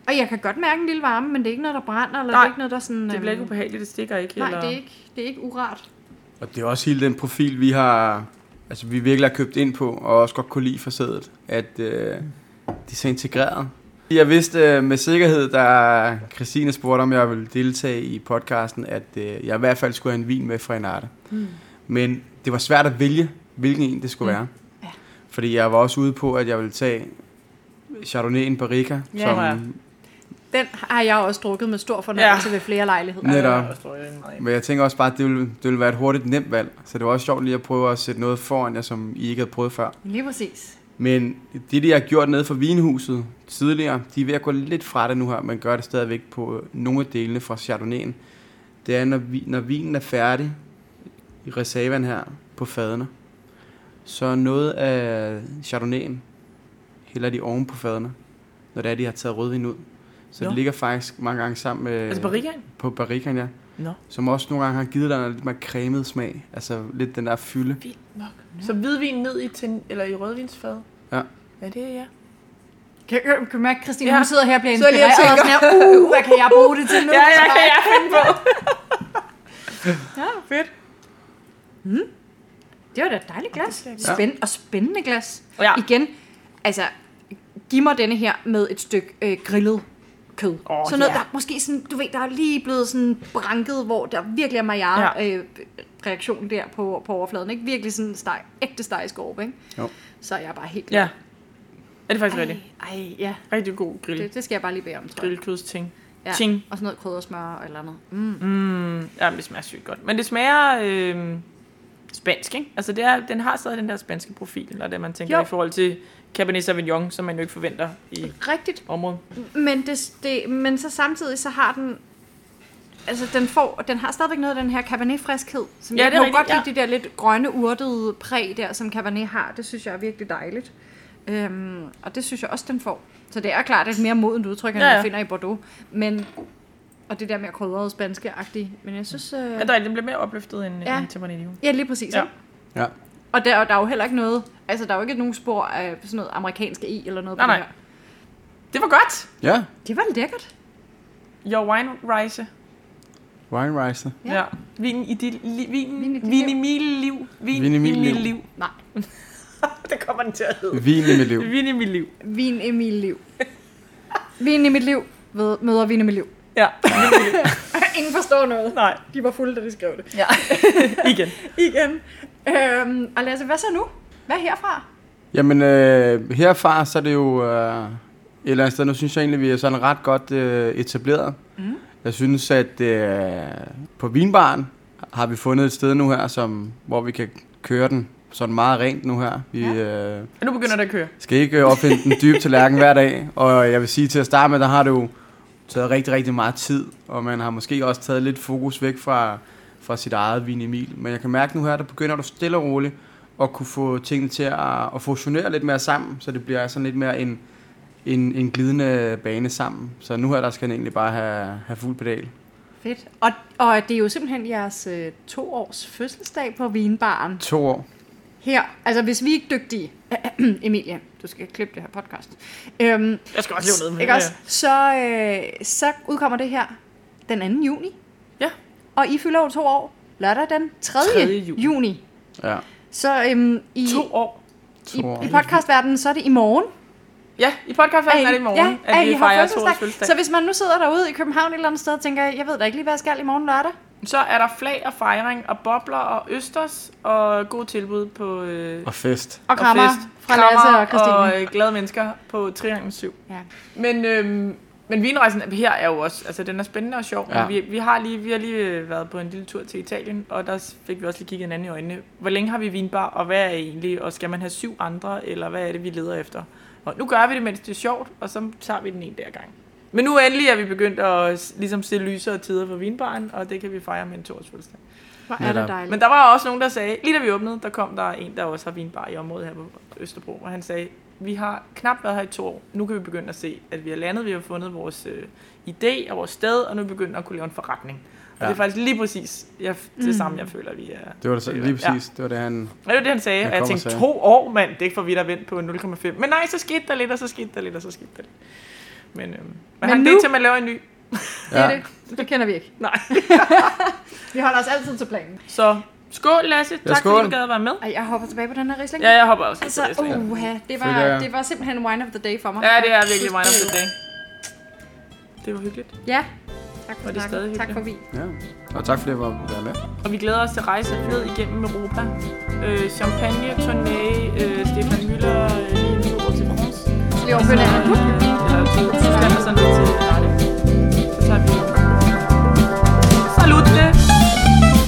Speaker 1: Og jeg kan godt mærke en lille varme, men det er ikke noget, der brænder, eller
Speaker 2: Nej,
Speaker 1: det er ikke noget, der sådan...
Speaker 2: Det bliver ikke
Speaker 1: øhm,
Speaker 2: ubehageligt, det stikker ikke.
Speaker 1: Nej,
Speaker 2: eller...
Speaker 1: det er ikke, det er ikke urart.
Speaker 3: Og det er også hele den profil, vi har, altså vi virkelig har købt ind på, og også godt kunne lide for sædet, at øh, de er så integreret. Jeg vidste øh, med sikkerhed, da Christine spurgte, om jeg ville deltage i podcasten, at øh, jeg i hvert fald skulle have en vin med fra Enarte. Mm.
Speaker 2: Hmm.
Speaker 3: Men det var svært at vælge, hvilken en det skulle mm. være.
Speaker 1: Ja.
Speaker 3: Fordi jeg var også ude på, at jeg ville tage Chardonnay'en Barica,
Speaker 2: Ja,
Speaker 3: som
Speaker 2: ja.
Speaker 1: Den har jeg også drukket med stor fornøjelse ja. ved flere lejligheder.
Speaker 3: Netop.
Speaker 2: Ja, det er også, tror jeg, en meget-
Speaker 3: Men jeg tænker også bare, at det ville, det ville være et hurtigt nemt valg. Så det var også sjovt lige at prøve at sætte noget foran jer, som I ikke havde prøvet før.
Speaker 1: Lige præcis.
Speaker 3: Men det, de har gjort nede for vinhuset tidligere, de er ved at gå lidt fra det nu her, men gør det stadigvæk på øh, nogle af delene fra Chardonnay'en. Det er, når, vi, når vinen er færdig i reserven her på fadene, så noget af Chardonnay'en hælder de oven på fadene, når det er, de har taget rødvin ud. Så
Speaker 2: Nå.
Speaker 3: det ligger faktisk mange gange sammen med
Speaker 2: Altså barrikaen?
Speaker 3: på barrikan, ja.
Speaker 2: Nå.
Speaker 3: Som også nogle gange har givet dig en lidt mere cremet smag. Altså lidt den der fylde.
Speaker 2: Fint nok. Så hvidvin ned i, tin, eller i rødvinsfad?
Speaker 3: Ja.
Speaker 2: Ja, det er ja.
Speaker 1: Kan, kan, kan du mærke, Christine, ja.
Speaker 2: Ja.
Speaker 1: hun sidder her og bliver
Speaker 2: Så er jeg lige og
Speaker 1: inspireret, og sådan her, uh, hvad kan jeg bruge det til nu?
Speaker 2: Ja, ja, kan jeg finde på.
Speaker 1: ja.
Speaker 2: Fedt.
Speaker 1: Det var da et dejligt glas.
Speaker 2: skal jeg
Speaker 3: ikke.
Speaker 1: Spænd, og spændende glas.
Speaker 2: Ja.
Speaker 1: Igen, altså, giv mig denne her med et stykke øh, grillet kød.
Speaker 2: Åh,
Speaker 1: sådan noget,
Speaker 2: ja.
Speaker 1: der måske sådan, du ved, der er lige blevet sådan branket, hvor der virkelig er maillard ja.
Speaker 2: Ja.
Speaker 1: øh, reaktion der på, på overfladen. Ikke? Virkelig sådan steg, ægte steg i skorpe, ikke?
Speaker 3: Jo.
Speaker 1: Så er jeg bare helt
Speaker 2: Ja. Er det faktisk
Speaker 1: Ej,
Speaker 2: rigtigt?
Speaker 1: ej, ja,
Speaker 2: Rigtig god grill.
Speaker 1: det, det skal jeg bare lige bede om, tror jeg.
Speaker 2: Grillkødsting.
Speaker 1: Ja.
Speaker 2: Ja. Ting.
Speaker 1: Og sådan noget kryddersmør eller noget. Mm.
Speaker 2: Ja, men det smager sygt godt. Men det smager øh, spansk, ikke? Altså, det er, den har stadig den der spanske profil, og det man tænker
Speaker 1: Jo.
Speaker 2: jo. i forhold til Cabernet Sauvignon, som man jo ikke forventer i
Speaker 1: Rigtigt.
Speaker 2: området.
Speaker 1: Men, det, det, men så samtidig så har den Altså, den, får, den har stadigvæk noget af den her Cabernet-friskhed. Som
Speaker 2: Ja,
Speaker 1: jeg
Speaker 2: det er
Speaker 1: kan jo
Speaker 2: rigtigt,
Speaker 1: godt lide
Speaker 2: ja.
Speaker 1: det der lidt grønne, urtede præg der, som Cabernet har. Det synes jeg er virkelig dejligt. Øhm, og det synes jeg også, den får. Så det er klart et mere modent udtryk, end ja,
Speaker 2: Ja,
Speaker 1: ja.
Speaker 2: ja.
Speaker 1: man finder i Bordeaux. Men, og det der mere krydrede spanske-agtige. Men jeg synes... Øh,
Speaker 2: Ja, der, den bliver mere opløftet end,
Speaker 1: Ja.
Speaker 2: ja. end Tempranillo.
Speaker 1: ja, lige præcis.
Speaker 2: Ja.
Speaker 1: Ja.
Speaker 3: Ja.
Speaker 1: Og der, der er jo heller ikke noget... Altså, der er jo ikke nogen spor af sådan noget amerikanske i eller noget
Speaker 2: Nej,
Speaker 1: på
Speaker 2: nej.
Speaker 1: det her.
Speaker 2: Det var godt!
Speaker 3: Ja,
Speaker 1: Det var lækkert.
Speaker 2: Your wine rejse.
Speaker 3: wine riser.
Speaker 1: Ja.
Speaker 2: Ja. ja. Vin i dit li- vin,
Speaker 1: Vin i dit
Speaker 2: vin i mit liv. Vin,
Speaker 3: Vin i
Speaker 2: i
Speaker 3: mit
Speaker 2: mit liv.
Speaker 3: liv.
Speaker 1: Nej.
Speaker 2: det kommer den til at hedde.
Speaker 3: Vin i mit liv.
Speaker 2: Vin i mit liv.
Speaker 1: Vin i mit liv. Vin i mit liv ved, møder vin i mit liv.
Speaker 2: Ja.
Speaker 1: Ingen forstår noget.
Speaker 2: Nej.
Speaker 1: De var fulde, da de skrev det.
Speaker 2: Ja. Igen.
Speaker 1: Igen. Øhm, og Lasse, hvad så nu? Hvad herfra?
Speaker 3: Jamen, øh, herfra så er det jo øh, et eller andet sted. Nu synes jeg egentlig, vi er sådan ret godt øh, etableret. Mm. Jeg synes, at øh, på vinbaren har vi fundet et sted nu her, som, hvor vi kan køre den sådan meget rent nu her. Vi øh,
Speaker 2: Nu begynder det at køre.
Speaker 3: skal ikke øh, opfinde den dybe tallerken hver dag. Og jeg vil sige, til at starte med, der har det jo taget rigtig, rigtig meget tid. Og man har måske også taget lidt fokus væk fra, fra sit eget vin Emil. Men jeg kan mærke nu her, der begynder du stille og roligt at kunne få tingene til at, at fusionere lidt mere sammen, så det bliver sådan lidt mere en, en, en glidende bane sammen. Så nu her, der skal den egentlig bare have, have fuld pedal.
Speaker 1: Fedt. Og, og det er jo simpelthen jeres øh, to års fødselsdag på vinbaren.
Speaker 3: To år.
Speaker 1: Her, altså hvis vi er ikke dygtige, Emilie, du skal klippe det her podcast. Øhm,
Speaker 2: Jeg skal også leve noget med
Speaker 1: ikke
Speaker 2: det.
Speaker 1: også? Så, øh, så udkommer det her den 2. juni.
Speaker 2: Ja.
Speaker 1: Og I fylder jo to år lørdag den 3.
Speaker 2: 3.
Speaker 1: 3.
Speaker 2: juni.
Speaker 1: juni. juni.
Speaker 3: Ja,
Speaker 1: Så øhm, i,
Speaker 2: To år.
Speaker 3: to
Speaker 1: i,
Speaker 3: år.
Speaker 1: i podcastverdenen, så er det i morgen.
Speaker 2: Ja, i podcastfærden er det i morgen,
Speaker 1: ja,
Speaker 2: at vi
Speaker 1: I har
Speaker 2: fejrer to
Speaker 1: fødselsdag.
Speaker 2: års fødselsdag.
Speaker 1: Så hvis man nu sidder derude i København et eller andet sted og tænker, jeg ved da ikke lige, hvad jeg skal i morgen lørdag.
Speaker 2: Så er der flag og fejring og bobler og østers og gode tilbud på øh,
Speaker 3: Og fest.
Speaker 1: Og krammer
Speaker 2: fest.
Speaker 1: fra
Speaker 2: Krammer
Speaker 1: Lasse og Christine.
Speaker 2: og øh, glade mennesker på Triangen 7.
Speaker 1: Ja.
Speaker 2: Men, øhm, men vinrejsen her er jo også, altså den er spændende og sjov, ja.
Speaker 3: Ja.
Speaker 2: men vi, vi, har lige, vi har lige øh, været på en lille tur til Italien, og der fik vi også lige kigget hinanden i øjnene. Hvor længe har vi vinbar, og hvad er egentlig, og skal man have syv andre, eller hvad er det, vi leder efter? Og nu gør vi det, mens det er sjovt, og så tager vi den en der gang. Men nu endelig er vi begyndt at s- ligesom se lysere tider for vinbaren, og det kan vi fejre med en toårsfødselsdag.
Speaker 1: Hvor er
Speaker 3: Netop.
Speaker 1: det dejligt.
Speaker 2: Men der var også nogen, der sagde, lige da vi åbnede, der kom der en, der også har vinbar i området her på Østerbro, og han sagde, vi har knap været her i to år, nu kan vi begynde at se, at vi har landet, vi har fundet vores øh, idé og vores sted, og nu er vi begyndt at kunne lave en forretning. Og
Speaker 3: Ja.
Speaker 2: det er faktisk lige præcis jeg, det samme, jeg føler, vi er.
Speaker 3: Det var det, så- lige præcis. Det var det, han...
Speaker 2: Ja. Og det var det, han sagde,
Speaker 3: Jeg
Speaker 2: og jeg
Speaker 3: kommer
Speaker 2: tænkte,
Speaker 3: til.
Speaker 2: to år, mand, det er ikke for vidt at vente på 0,5. Men nej, så skete der lidt, og så skete der lidt, og så skete der lidt. Men, øhm, men, men han, nu... det
Speaker 1: nu-
Speaker 2: er til, at man laver en ny.
Speaker 1: Det er det. Det kender vi ikke.
Speaker 2: Nej.
Speaker 1: Vi holder os altid til planen.
Speaker 2: Så skål, Lasse. tak
Speaker 3: skål.
Speaker 2: fordi du gad at være med.
Speaker 1: Ej, jeg hopper tilbage på den her risling.
Speaker 2: Ja, jeg hopper også.
Speaker 1: Altså,
Speaker 2: lidt på Riesling.
Speaker 1: uha, det
Speaker 3: Føler
Speaker 1: var,
Speaker 3: jeg-
Speaker 1: det var simpelthen wine of the day for mig.
Speaker 2: Ja, det er virkelig wine of the day. Det var hyggeligt.
Speaker 1: Ja, tak for
Speaker 2: Var det stadig
Speaker 1: snakken. Tak for vi.
Speaker 3: Ja. Og tak fordi jeg var være med.
Speaker 2: Og vi glæder os til at rejse ned igennem Europa. Øh, champagne, turné, øh, Stefan Müller, øh, lige en tur til France.
Speaker 1: Slå på den.
Speaker 2: Eller til Tyskland og sådan noget til Italien. Så tager vi... Salut!